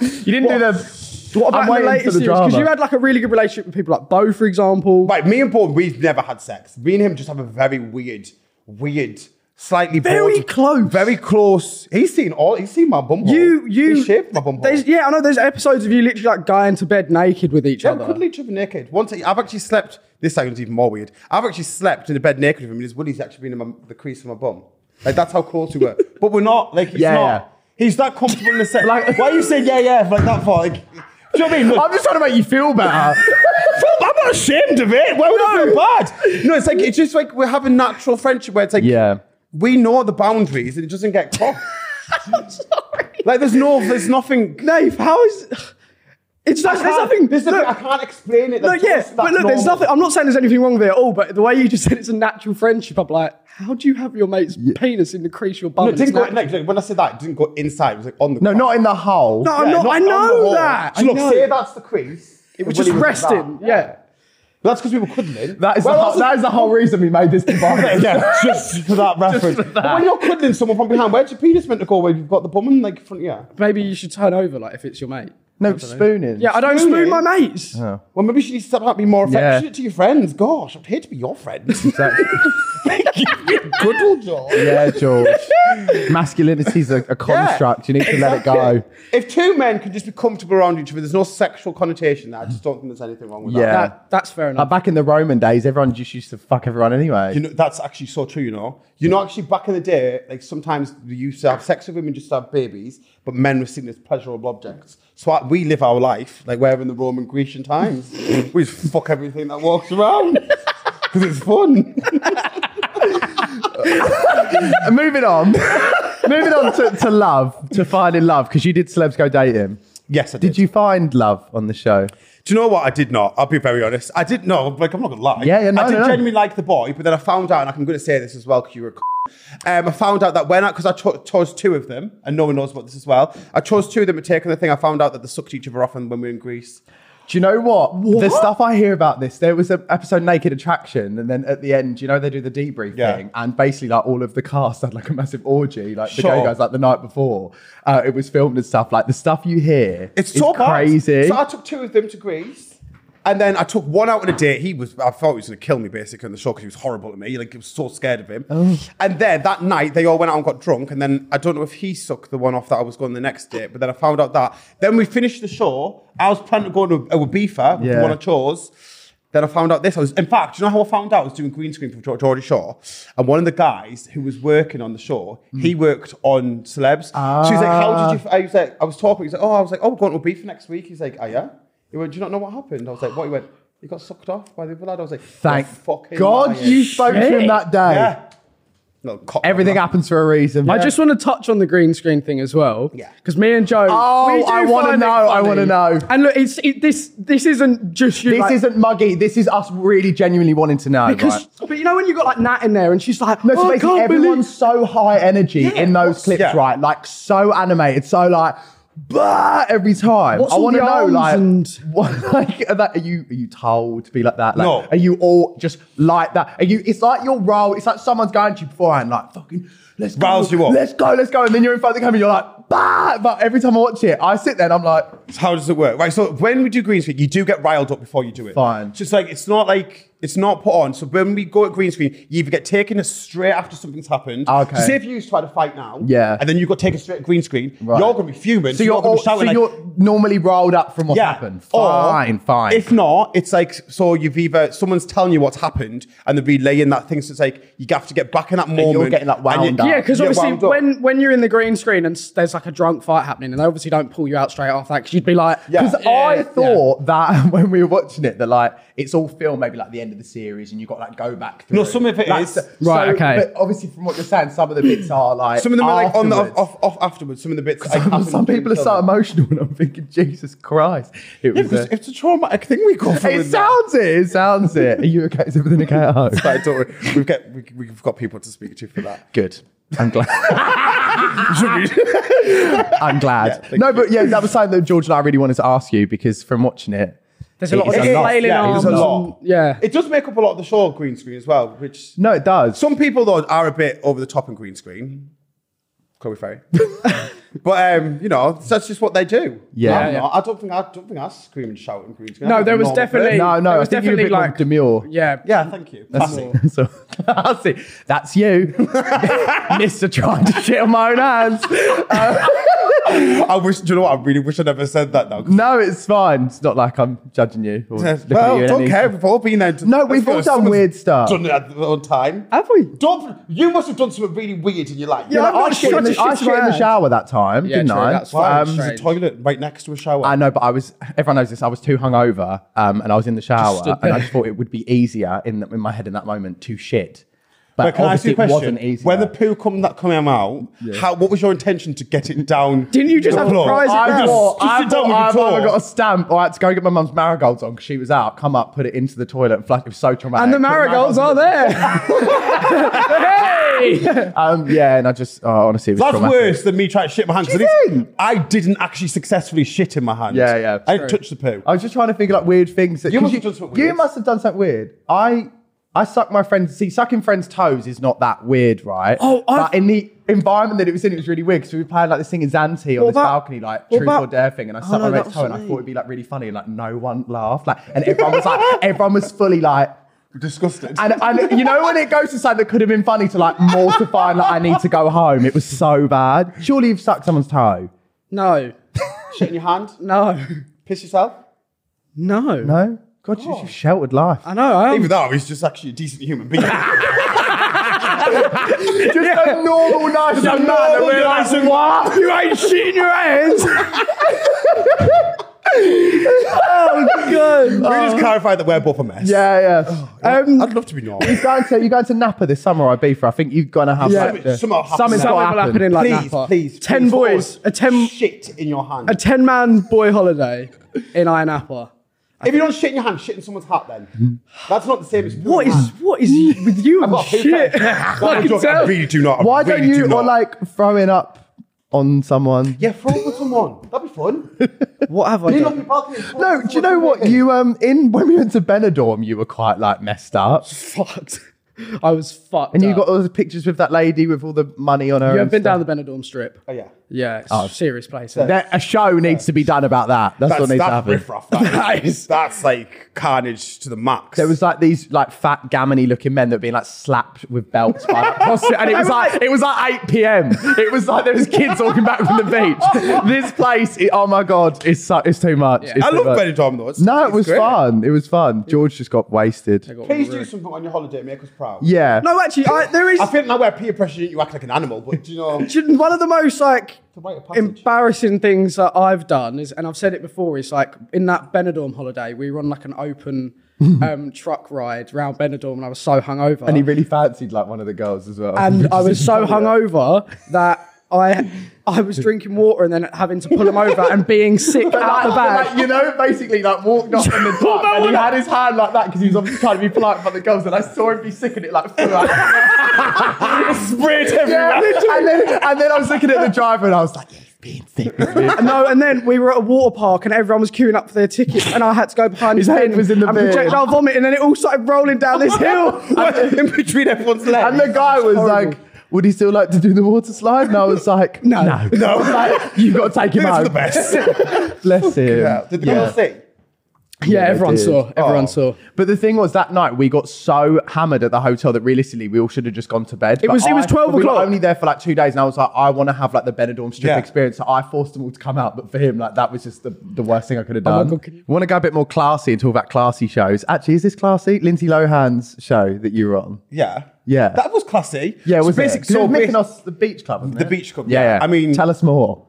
[SPEAKER 1] You didn't do the. What
[SPEAKER 2] What about in the later series? Because you had like a really good relationship with people like Bo, for example.
[SPEAKER 3] Right, me and Paul, we've never had sex. Me and him just have a very weird, weird, slightly
[SPEAKER 2] Very
[SPEAKER 3] bored-
[SPEAKER 2] close.
[SPEAKER 3] very close. He's seen all. He's seen my bum hole.
[SPEAKER 2] You, you.
[SPEAKER 3] He shaped my bum hole.
[SPEAKER 2] There's- Yeah, I know. There's episodes of you literally like going to bed naked with each
[SPEAKER 3] Yeah, we
[SPEAKER 2] other.
[SPEAKER 3] cuddle each other naked. Once I, I've actually slept. This sounds even more weird. I've actually slept in the bed naked with him, and his willy's actually been in my, the crease of my bum. Like that's how close we were. But we're not. Like he's
[SPEAKER 1] Yeah,
[SPEAKER 3] not.
[SPEAKER 1] yeah.
[SPEAKER 3] He's that comfortable in the set.
[SPEAKER 1] Like-
[SPEAKER 3] Like, why are you saying yeah, yeah, like that for? Like, do you know what I mean? Look,
[SPEAKER 1] I'm just trying to make you feel better.
[SPEAKER 3] I'm not ashamed of it. Why would I feel bad? No, it's like it's just like we're having natural friendship where it's like
[SPEAKER 1] Yeah.
[SPEAKER 3] we know the boundaries and it doesn't get crossed. Like there's no, there's nothing.
[SPEAKER 2] Nave, how is? It's like, there's nothing.
[SPEAKER 3] There's nothing.
[SPEAKER 2] look,
[SPEAKER 3] I can't explain it.
[SPEAKER 2] No,
[SPEAKER 3] Like, to
[SPEAKER 2] yeah,
[SPEAKER 3] us,
[SPEAKER 2] but
[SPEAKER 3] that's
[SPEAKER 2] look, there's
[SPEAKER 3] normal.
[SPEAKER 2] nothing. I'm not saying there's anything wrong with it at all, but the way you just said it's a natural friendship, I'm like, how do you have your mate's penis in the crease of your bum?
[SPEAKER 3] No, it
[SPEAKER 2] and it's
[SPEAKER 3] didn't go.
[SPEAKER 2] nat-
[SPEAKER 3] Like, like, when I said that, it didn't go inside. It was like on the.
[SPEAKER 1] No,
[SPEAKER 3] cross.
[SPEAKER 1] not in the hole.
[SPEAKER 2] no, I'm
[SPEAKER 3] Yeah,
[SPEAKER 2] not, I
[SPEAKER 3] on the
[SPEAKER 2] know
[SPEAKER 3] hole.
[SPEAKER 2] that.
[SPEAKER 3] So
[SPEAKER 2] I
[SPEAKER 3] look,
[SPEAKER 2] know.
[SPEAKER 3] say that's the crease.
[SPEAKER 2] It was just resting. Yeah.
[SPEAKER 3] But that's because we were cuddling.
[SPEAKER 1] That is,
[SPEAKER 3] Well,
[SPEAKER 1] the whole,
[SPEAKER 3] also-
[SPEAKER 1] that is the whole reason we made this device.
[SPEAKER 3] yeah, just for that reference. But when you're cuddling someone from behind, where's your penis meant to go? Where you've got the bum in like front? Yeah.
[SPEAKER 2] Maybe you should turn over, like, if it's your mate.
[SPEAKER 1] No spooning.
[SPEAKER 2] Yeah, I don't spoon
[SPEAKER 3] Spooning?
[SPEAKER 2] my mates.
[SPEAKER 3] Well, maybe she needs to step out and be more
[SPEAKER 1] Yeah.
[SPEAKER 3] affectionate to your friends. Gosh, I'd hate to be your friend.
[SPEAKER 1] Exactly.
[SPEAKER 3] Cuddle, George.
[SPEAKER 1] yeah, George. Masculinity is a, a construct. You need to let it go.
[SPEAKER 3] If two men can just be comfortable around each other, there's no sexual connotation there. I just don't think there's anything wrong with
[SPEAKER 1] Yeah.
[SPEAKER 3] that.
[SPEAKER 2] That, that's fair
[SPEAKER 1] Like
[SPEAKER 2] enough.
[SPEAKER 1] back in the Roman days, everyone just used to fuck everyone anyway.
[SPEAKER 3] You know, that's actually so true, you know. You know, actually, back in the day, like sometimes we used to have sex with women just to have babies, but men were seen as pleasurable objects. So uh, we live our life like we're in the Roman Grecian times. we just fuck everything that walks around because it's fun.
[SPEAKER 1] And moving on. moving on to, to love, to finding love, because you did celebs go dating.
[SPEAKER 3] yes, I did.
[SPEAKER 1] Did you find love on the show?
[SPEAKER 3] Do you know what? I did not. I'll be very honest. I did no. Like I'm not gonna lie.
[SPEAKER 1] Yeah, yeah, no,
[SPEAKER 3] I did
[SPEAKER 1] no, no.
[SPEAKER 3] genuinely like the boy, but then I found out, and I'm gonna say this as well because you were. A c- um, I found out that when I because I cho- chose two of them, and no one knows about this as well. I chose two of them to take, and the thing I found out that they sucked each other off when we were in Greece.
[SPEAKER 1] Do you know what? The stuff I hear about this, there was an episode Naked Attraction, and then at the end, you know, they do the debrief
[SPEAKER 3] Yeah.
[SPEAKER 1] thing, and basically, like all of the cast had like a massive orgy, like the gay
[SPEAKER 3] Sure.
[SPEAKER 1] guys, like the night before. Uh, it was filmed and stuff. Like the stuff you hear,
[SPEAKER 3] It's
[SPEAKER 1] is
[SPEAKER 3] so bad.
[SPEAKER 1] crazy.
[SPEAKER 3] So I took two of them to Greece. And then I took one out on a date. He was, I thought he was going to kill me basically on the show because he was horrible to me. Like, I was so scared of him.
[SPEAKER 1] Oh.
[SPEAKER 3] And then that night, they all went out and got drunk. And then I don't know if he sucked the one off that I was going the next date, but then I found out that. Then we finished the show. I was planning to go to a Ibiza, with
[SPEAKER 1] Yeah.
[SPEAKER 3] the one I chose. Then I found out this. I was, in fact, do you know how I found out? I was doing green screen for Ge- Geordie Shaw, and one of the guys who was working on the show, he
[SPEAKER 1] Hmm.
[SPEAKER 3] worked on Celebs. She was like,
[SPEAKER 1] Uh,
[SPEAKER 3] "How did you?" f- I was like, "I was talking." He's like, "Oh, I was like, oh, we're going to beef next week." He's like, "Oh yeah." He went, "Do you not know what happened?" I was like, "What?" He went, "You got sucked off by the other lad." I was like,
[SPEAKER 1] Thank
[SPEAKER 3] "You're fucking
[SPEAKER 1] God
[SPEAKER 3] lying."
[SPEAKER 1] you spoke to him that day.
[SPEAKER 3] Yeah. Little cock
[SPEAKER 1] Everything
[SPEAKER 3] like
[SPEAKER 1] happens for a reason.
[SPEAKER 2] I just want to touch on the green screen thing as well.
[SPEAKER 3] Yeah.
[SPEAKER 2] Because me and Joe.
[SPEAKER 1] Oh,
[SPEAKER 2] we do
[SPEAKER 1] I wanna
[SPEAKER 2] find
[SPEAKER 1] know,
[SPEAKER 2] it
[SPEAKER 1] I
[SPEAKER 2] funny.
[SPEAKER 1] wanna know.
[SPEAKER 2] And look, it's it, this. This isn't just you.
[SPEAKER 1] this
[SPEAKER 2] like-
[SPEAKER 1] isn't muggy. This is us really genuinely wanting to know.
[SPEAKER 2] because.
[SPEAKER 1] right?
[SPEAKER 2] But you know when you got like Nat in there, and she's like,
[SPEAKER 1] No, so
[SPEAKER 2] oh, I
[SPEAKER 1] basically
[SPEAKER 2] can't believe.
[SPEAKER 1] everyone's so high energy
[SPEAKER 2] Yeah,
[SPEAKER 1] in those
[SPEAKER 2] what's-
[SPEAKER 1] clips,
[SPEAKER 3] yeah.
[SPEAKER 1] right? Like so animated, so like blah every time.
[SPEAKER 2] What's
[SPEAKER 1] I
[SPEAKER 2] all
[SPEAKER 1] want to
[SPEAKER 2] the
[SPEAKER 1] know,
[SPEAKER 2] arms
[SPEAKER 1] like,
[SPEAKER 2] and-
[SPEAKER 1] what, like are, that, are you are you told to be like that? Like,
[SPEAKER 3] No.
[SPEAKER 1] Are you all just like that? Are you? It's like your role. It's like someone's going to you beforehand, like fucking. Let's go,
[SPEAKER 3] Rouse you up.
[SPEAKER 1] Let's go, let's go, and then you're in front of the camera. and You're like, bah! But every time I watch it, I sit there and I'm like,
[SPEAKER 3] How does it work? Right, so when we do green screen, you do get riled up before you do it.
[SPEAKER 1] Fine.
[SPEAKER 3] Just like it's not like it's not put on. So when we go at green screen, you either get taken straight after something's happened.
[SPEAKER 1] Ah, Okay.
[SPEAKER 3] So say if you try to fight now,
[SPEAKER 1] Yeah.
[SPEAKER 3] and then you got taken straight at green screen,
[SPEAKER 1] Right.
[SPEAKER 3] you're gonna be fuming.
[SPEAKER 1] so you're, all,
[SPEAKER 3] gonna be
[SPEAKER 1] so
[SPEAKER 3] shouting like,
[SPEAKER 1] you're normally rolled up from what
[SPEAKER 3] yeah.
[SPEAKER 1] happened.
[SPEAKER 3] Or
[SPEAKER 1] Fine, fine.
[SPEAKER 3] If not, it's like so you've either someone's telling you what's happened and they're relaying that thing, so it's like you have to get back in that moment.
[SPEAKER 1] getting, like,
[SPEAKER 3] and you-
[SPEAKER 1] wound up.
[SPEAKER 2] Yeah, because
[SPEAKER 3] you get
[SPEAKER 2] obviously
[SPEAKER 3] wound up.
[SPEAKER 2] when, when you're in the green screen and s- there's like a drunk fight happening, and they obviously don't pull you out straight after that because you'd be like,
[SPEAKER 3] Yeah.
[SPEAKER 1] Because I thought that when we were watching it, that like it's all filmed maybe like the end of the series and you've got like go back through.
[SPEAKER 3] No, some of it
[SPEAKER 1] That's-
[SPEAKER 3] is.
[SPEAKER 1] so-
[SPEAKER 4] Right, okay.
[SPEAKER 1] But obviously, from what you're saying, some of the bits are like.
[SPEAKER 3] Some of them are like on the off,
[SPEAKER 1] afterwards.
[SPEAKER 3] off, off afterwards. Some of the bits. like,
[SPEAKER 1] Some,
[SPEAKER 3] happen
[SPEAKER 1] some
[SPEAKER 3] to
[SPEAKER 1] people are
[SPEAKER 3] each
[SPEAKER 1] so
[SPEAKER 3] other.
[SPEAKER 1] emotional, and I'm thinking, Jesus Christ! It
[SPEAKER 3] Yeah,
[SPEAKER 1] was.
[SPEAKER 3] because
[SPEAKER 1] a-
[SPEAKER 3] it's a traumatic thing we go through.
[SPEAKER 1] it
[SPEAKER 3] with that.
[SPEAKER 1] sounds it. It sounds it. Are you okay? Is everything okay at home?
[SPEAKER 3] Right, don't worry. We've got we, we've got people to speak to for that.
[SPEAKER 1] Good. I'm glad. I'm glad.
[SPEAKER 3] thank
[SPEAKER 1] no, but yeah, that was something that George and I really wanted to ask you because from watching it,
[SPEAKER 2] There's a
[SPEAKER 1] it
[SPEAKER 2] lot of
[SPEAKER 1] is
[SPEAKER 3] lot.
[SPEAKER 2] flailing
[SPEAKER 3] Yeah, it
[SPEAKER 2] arms.
[SPEAKER 3] is a lot.
[SPEAKER 2] and- Yeah.
[SPEAKER 3] It does make up a lot of the show green screen as well, which
[SPEAKER 1] No, it does.
[SPEAKER 3] some people though are a bit over the top in green screen. Chloe Ferry. but um, you know, that's just what they do.
[SPEAKER 1] Yeah.
[SPEAKER 3] I'm
[SPEAKER 1] Yeah.
[SPEAKER 3] not. I don't think I don't think I scream and shout in green screen. I
[SPEAKER 2] No,
[SPEAKER 3] think
[SPEAKER 2] there
[SPEAKER 3] I'm
[SPEAKER 2] was
[SPEAKER 3] a normal
[SPEAKER 2] definitely-
[SPEAKER 3] person.
[SPEAKER 1] No, no,
[SPEAKER 2] It
[SPEAKER 1] I
[SPEAKER 2] was
[SPEAKER 1] think you're a bit
[SPEAKER 2] definitely
[SPEAKER 1] more
[SPEAKER 2] like-
[SPEAKER 1] demure.
[SPEAKER 2] Yeah.
[SPEAKER 3] Yeah, thank you.
[SPEAKER 1] That's it. So that's it. That's you, Mister trying to shit on my own hands. Uh,
[SPEAKER 3] I wish. Do you know what? I really wish I never said that now.
[SPEAKER 1] No, it's fine. It's not like I'm judging you. Or looking at you
[SPEAKER 3] well,
[SPEAKER 1] in
[SPEAKER 3] don't
[SPEAKER 1] any-
[SPEAKER 3] care. We've all been there.
[SPEAKER 1] No, we've all done weird stuff.
[SPEAKER 3] Done it at their own time.
[SPEAKER 2] Have we?
[SPEAKER 3] Don't. You must have done something really weird in your life. "Oh,
[SPEAKER 2] Yeah,
[SPEAKER 1] I
[SPEAKER 2] I'm not
[SPEAKER 1] shit in
[SPEAKER 2] shitting
[SPEAKER 1] the,
[SPEAKER 2] the
[SPEAKER 1] I
[SPEAKER 2] shit
[SPEAKER 1] shit in the
[SPEAKER 2] around.
[SPEAKER 1] shower that time,
[SPEAKER 4] Yeah,
[SPEAKER 1] didn't
[SPEAKER 4] true,
[SPEAKER 1] I?
[SPEAKER 4] that's
[SPEAKER 3] Why?
[SPEAKER 4] fine.
[SPEAKER 1] Um,
[SPEAKER 3] There's a
[SPEAKER 4] strange.
[SPEAKER 3] toilet right next to a shower.
[SPEAKER 1] I know, but I was. Everyone knows this. I was too hungover, um, and I was in the shower,
[SPEAKER 4] stood
[SPEAKER 1] and I
[SPEAKER 4] there.
[SPEAKER 1] just thought it would be easier in in my head in that moment to shit. But
[SPEAKER 3] But can I ask
[SPEAKER 1] obviously
[SPEAKER 3] you a
[SPEAKER 1] it
[SPEAKER 3] question?
[SPEAKER 1] wasn't easy.
[SPEAKER 3] When the poo come that come out, how, what was your intention to get it down?
[SPEAKER 2] Didn't you just
[SPEAKER 3] the
[SPEAKER 2] have a
[SPEAKER 3] plug?
[SPEAKER 2] prize
[SPEAKER 1] I
[SPEAKER 2] Yeah.
[SPEAKER 3] just,
[SPEAKER 1] bought,
[SPEAKER 3] just
[SPEAKER 1] I,
[SPEAKER 3] sit down
[SPEAKER 1] bought,
[SPEAKER 3] with
[SPEAKER 1] I,
[SPEAKER 3] your
[SPEAKER 1] bought- I
[SPEAKER 3] toy.
[SPEAKER 1] got a stamp. I had to go get my mum's marigolds on because she was out. Come up, put it into the toilet, and flush. It was so traumatic.
[SPEAKER 2] And the
[SPEAKER 1] Put
[SPEAKER 2] marigolds are there. hey!
[SPEAKER 1] Um, yeah, and I just oh, honestly, it was
[SPEAKER 3] That's
[SPEAKER 1] traumatic.
[SPEAKER 3] worse than me trying to shit my hand. 'cause
[SPEAKER 1] Do you
[SPEAKER 3] at least
[SPEAKER 1] think?
[SPEAKER 3] I didn't actually successfully shit in my hand.
[SPEAKER 1] Yeah, yeah,
[SPEAKER 3] I didn't
[SPEAKER 1] true.
[SPEAKER 3] touch the poo.
[SPEAKER 1] I was just trying to think of like weird things that
[SPEAKER 3] You
[SPEAKER 1] 'cause
[SPEAKER 3] must have done something
[SPEAKER 1] you
[SPEAKER 3] weird.
[SPEAKER 1] must have done something weird. I I suck my friends. See, sucking friends' toes is not that weird, right?
[SPEAKER 2] Oh, I've-
[SPEAKER 1] but in the environment that it was in, it was really weird because we were playing like this thing in Zante on
[SPEAKER 2] What
[SPEAKER 1] this
[SPEAKER 2] about-
[SPEAKER 1] balcony, like
[SPEAKER 2] what
[SPEAKER 1] truth
[SPEAKER 2] about-
[SPEAKER 1] or dare thing, and I
[SPEAKER 2] Oh,
[SPEAKER 1] sucked
[SPEAKER 2] no,
[SPEAKER 1] my
[SPEAKER 2] that
[SPEAKER 1] mate's toe, and I
[SPEAKER 2] wasn't
[SPEAKER 1] thought
[SPEAKER 2] me.
[SPEAKER 1] it'd be like really funny, and like no one laughed, like, and everyone was like, everyone was fully like.
[SPEAKER 3] Disgusted.
[SPEAKER 1] And, and you know when it goes to something that could have been funny to like mortifying like I need to go home. It was so bad. Surely you've sucked someone's toe.
[SPEAKER 2] No.
[SPEAKER 3] shit in your hand,
[SPEAKER 2] No.
[SPEAKER 3] piss yourself.
[SPEAKER 2] No.
[SPEAKER 1] No? God, you, you've sheltered life.
[SPEAKER 2] I know. I am.
[SPEAKER 3] Even though he's just actually a decent human being.
[SPEAKER 1] Just a normal nice young man. that
[SPEAKER 3] normal
[SPEAKER 1] we're
[SPEAKER 3] nice
[SPEAKER 1] like,
[SPEAKER 3] young-
[SPEAKER 1] what? You ain't shitting your hands.
[SPEAKER 2] Good.
[SPEAKER 3] we just clarified that we're both a mess.
[SPEAKER 1] Uh, yeah, yeah. Uh,
[SPEAKER 2] Um,
[SPEAKER 3] I'd love to be normal.
[SPEAKER 1] You're going to, you're going to Napa this summer, I be for. I think you're going to have
[SPEAKER 2] Yeah.
[SPEAKER 1] like, the,
[SPEAKER 3] Something will happen.
[SPEAKER 1] something's
[SPEAKER 3] Something
[SPEAKER 1] got to
[SPEAKER 2] will
[SPEAKER 1] happen.
[SPEAKER 2] happen in, like,
[SPEAKER 3] please,
[SPEAKER 2] Napa.
[SPEAKER 3] please,
[SPEAKER 2] Ten
[SPEAKER 3] please,
[SPEAKER 2] boys,
[SPEAKER 3] pause.
[SPEAKER 2] a ten-
[SPEAKER 3] shit in your hand.
[SPEAKER 2] a 10 man boy holiday in Iron Apple.
[SPEAKER 3] if you don't shit in your hand, shit in someone's hat. Then that's not the same as
[SPEAKER 2] What is what is y- with you and
[SPEAKER 3] got a poo
[SPEAKER 2] shit?
[SPEAKER 3] fetish.
[SPEAKER 2] I
[SPEAKER 3] I'm
[SPEAKER 2] can
[SPEAKER 3] joking, I
[SPEAKER 2] tell.
[SPEAKER 3] really do not. I
[SPEAKER 1] Why
[SPEAKER 3] really
[SPEAKER 1] don't you,
[SPEAKER 3] do
[SPEAKER 1] or
[SPEAKER 3] not.
[SPEAKER 1] like throwing up on someone?
[SPEAKER 3] yeah, throw it with someone. That'd be fun.
[SPEAKER 2] What have I
[SPEAKER 3] Clean up your
[SPEAKER 2] done?
[SPEAKER 3] balcony and throw it
[SPEAKER 1] No,
[SPEAKER 3] with
[SPEAKER 1] do you
[SPEAKER 3] someone
[SPEAKER 1] know what?
[SPEAKER 3] naked.
[SPEAKER 1] You um in when we went to Benidorm, you were quite like messed up,
[SPEAKER 2] Fucked. I was fucked.
[SPEAKER 1] and you
[SPEAKER 2] up.
[SPEAKER 1] got all the pictures with that lady with all the money on her.
[SPEAKER 2] You
[SPEAKER 1] and
[SPEAKER 2] have been
[SPEAKER 1] stuff.
[SPEAKER 2] down the Benidorm Strip.
[SPEAKER 3] Oh, yeah.
[SPEAKER 2] Yeah, it's serious place.
[SPEAKER 1] There- a show needs to be done about that. That's,
[SPEAKER 3] That's,
[SPEAKER 1] what needs to
[SPEAKER 3] that's
[SPEAKER 1] happen.
[SPEAKER 3] riffraff. That is, that's like carnage to the max.
[SPEAKER 1] There was like these like fat gammony looking men that were being like slapped with belts by like, prostitutes, and it was like it was like 8 p.m. It was like there was kids walking back from the beach. This place, it- oh my god, it's so, it's too much. It's
[SPEAKER 3] I
[SPEAKER 1] too
[SPEAKER 3] love
[SPEAKER 1] much.
[SPEAKER 3] Benidorm though. It's,
[SPEAKER 1] No, it
[SPEAKER 3] it's
[SPEAKER 1] was
[SPEAKER 3] great.
[SPEAKER 1] fun. It was fun. George just got wasted.
[SPEAKER 3] Please do something on your holiday, make us proud.
[SPEAKER 1] Yeah.
[SPEAKER 2] No, actually, I, there is
[SPEAKER 3] I think now we're peer pressuring you to act like an animal, but do you know?
[SPEAKER 2] Do you know, one of the most like
[SPEAKER 3] rite of passage.
[SPEAKER 2] embarrassing things that I've done is, and I've said it before, is like in that Benidorm holiday, we were on like an open um, truck ride round Benidorm, and I was so hungover,
[SPEAKER 1] And he really fancied like one of the girls as well.
[SPEAKER 2] and I was so hungover that I I was drinking water and then having to pull him over and being sick out the
[SPEAKER 1] Like,
[SPEAKER 2] back.
[SPEAKER 1] like, you know, basically, like walked off in the top, and he had his hand like that because he was obviously trying to be polite for the girls, and I saw him be sick, and it like flew out.
[SPEAKER 3] Sprayed
[SPEAKER 1] Yeah,
[SPEAKER 3] everywhere.
[SPEAKER 1] and then and then I was looking at the driver, and I was like, yeah, he's being sick.
[SPEAKER 2] No, and then we were at a water park and everyone was queuing up for their tickets, and I had to go behind
[SPEAKER 1] His
[SPEAKER 2] the
[SPEAKER 1] head
[SPEAKER 2] bin
[SPEAKER 1] was in the
[SPEAKER 2] and
[SPEAKER 1] bin.
[SPEAKER 2] projectile vomit, and then it all started rolling down this hill.
[SPEAKER 3] in between everyone's legs.
[SPEAKER 1] And the guy was like. Would he still like to do the water slide? And I was like,
[SPEAKER 2] No.
[SPEAKER 1] no, no. Like, You've got to take him
[SPEAKER 3] It's
[SPEAKER 1] out.
[SPEAKER 3] the best.
[SPEAKER 1] Bless him.
[SPEAKER 3] Yeah. Did the
[SPEAKER 1] Yeah.
[SPEAKER 3] girls sing?
[SPEAKER 2] Yeah, everyone
[SPEAKER 1] did. Oh.
[SPEAKER 2] saw. Everyone saw.
[SPEAKER 1] But the thing was, that night we got so hammered at the hotel that realistically we all should have just gone to bed. But
[SPEAKER 2] was- it was 12
[SPEAKER 1] we were
[SPEAKER 2] o'clock.
[SPEAKER 1] only there for like two days, and I was like, I want to have like the Benidorm strip
[SPEAKER 3] Yeah.
[SPEAKER 1] experience. So I forced them all to come out, but for him, like that was just the, the worst thing I could have done.
[SPEAKER 2] God, can you-
[SPEAKER 1] want to go a bit more classy and talk about classy shows. Actually, is this classy? Lindsay Lohan's show that you were on.
[SPEAKER 3] Yeah.
[SPEAKER 1] Yeah.
[SPEAKER 3] That was classy.
[SPEAKER 1] Yeah,
[SPEAKER 3] So
[SPEAKER 1] was
[SPEAKER 3] basic-
[SPEAKER 1] it?
[SPEAKER 3] So
[SPEAKER 1] Because it
[SPEAKER 3] basic,
[SPEAKER 1] was Mykonos, the beach club. wasn't
[SPEAKER 3] The
[SPEAKER 1] it?
[SPEAKER 3] beach club,
[SPEAKER 1] Yeah,
[SPEAKER 3] yeah.
[SPEAKER 1] yeah.
[SPEAKER 3] I mean-
[SPEAKER 1] tell us more.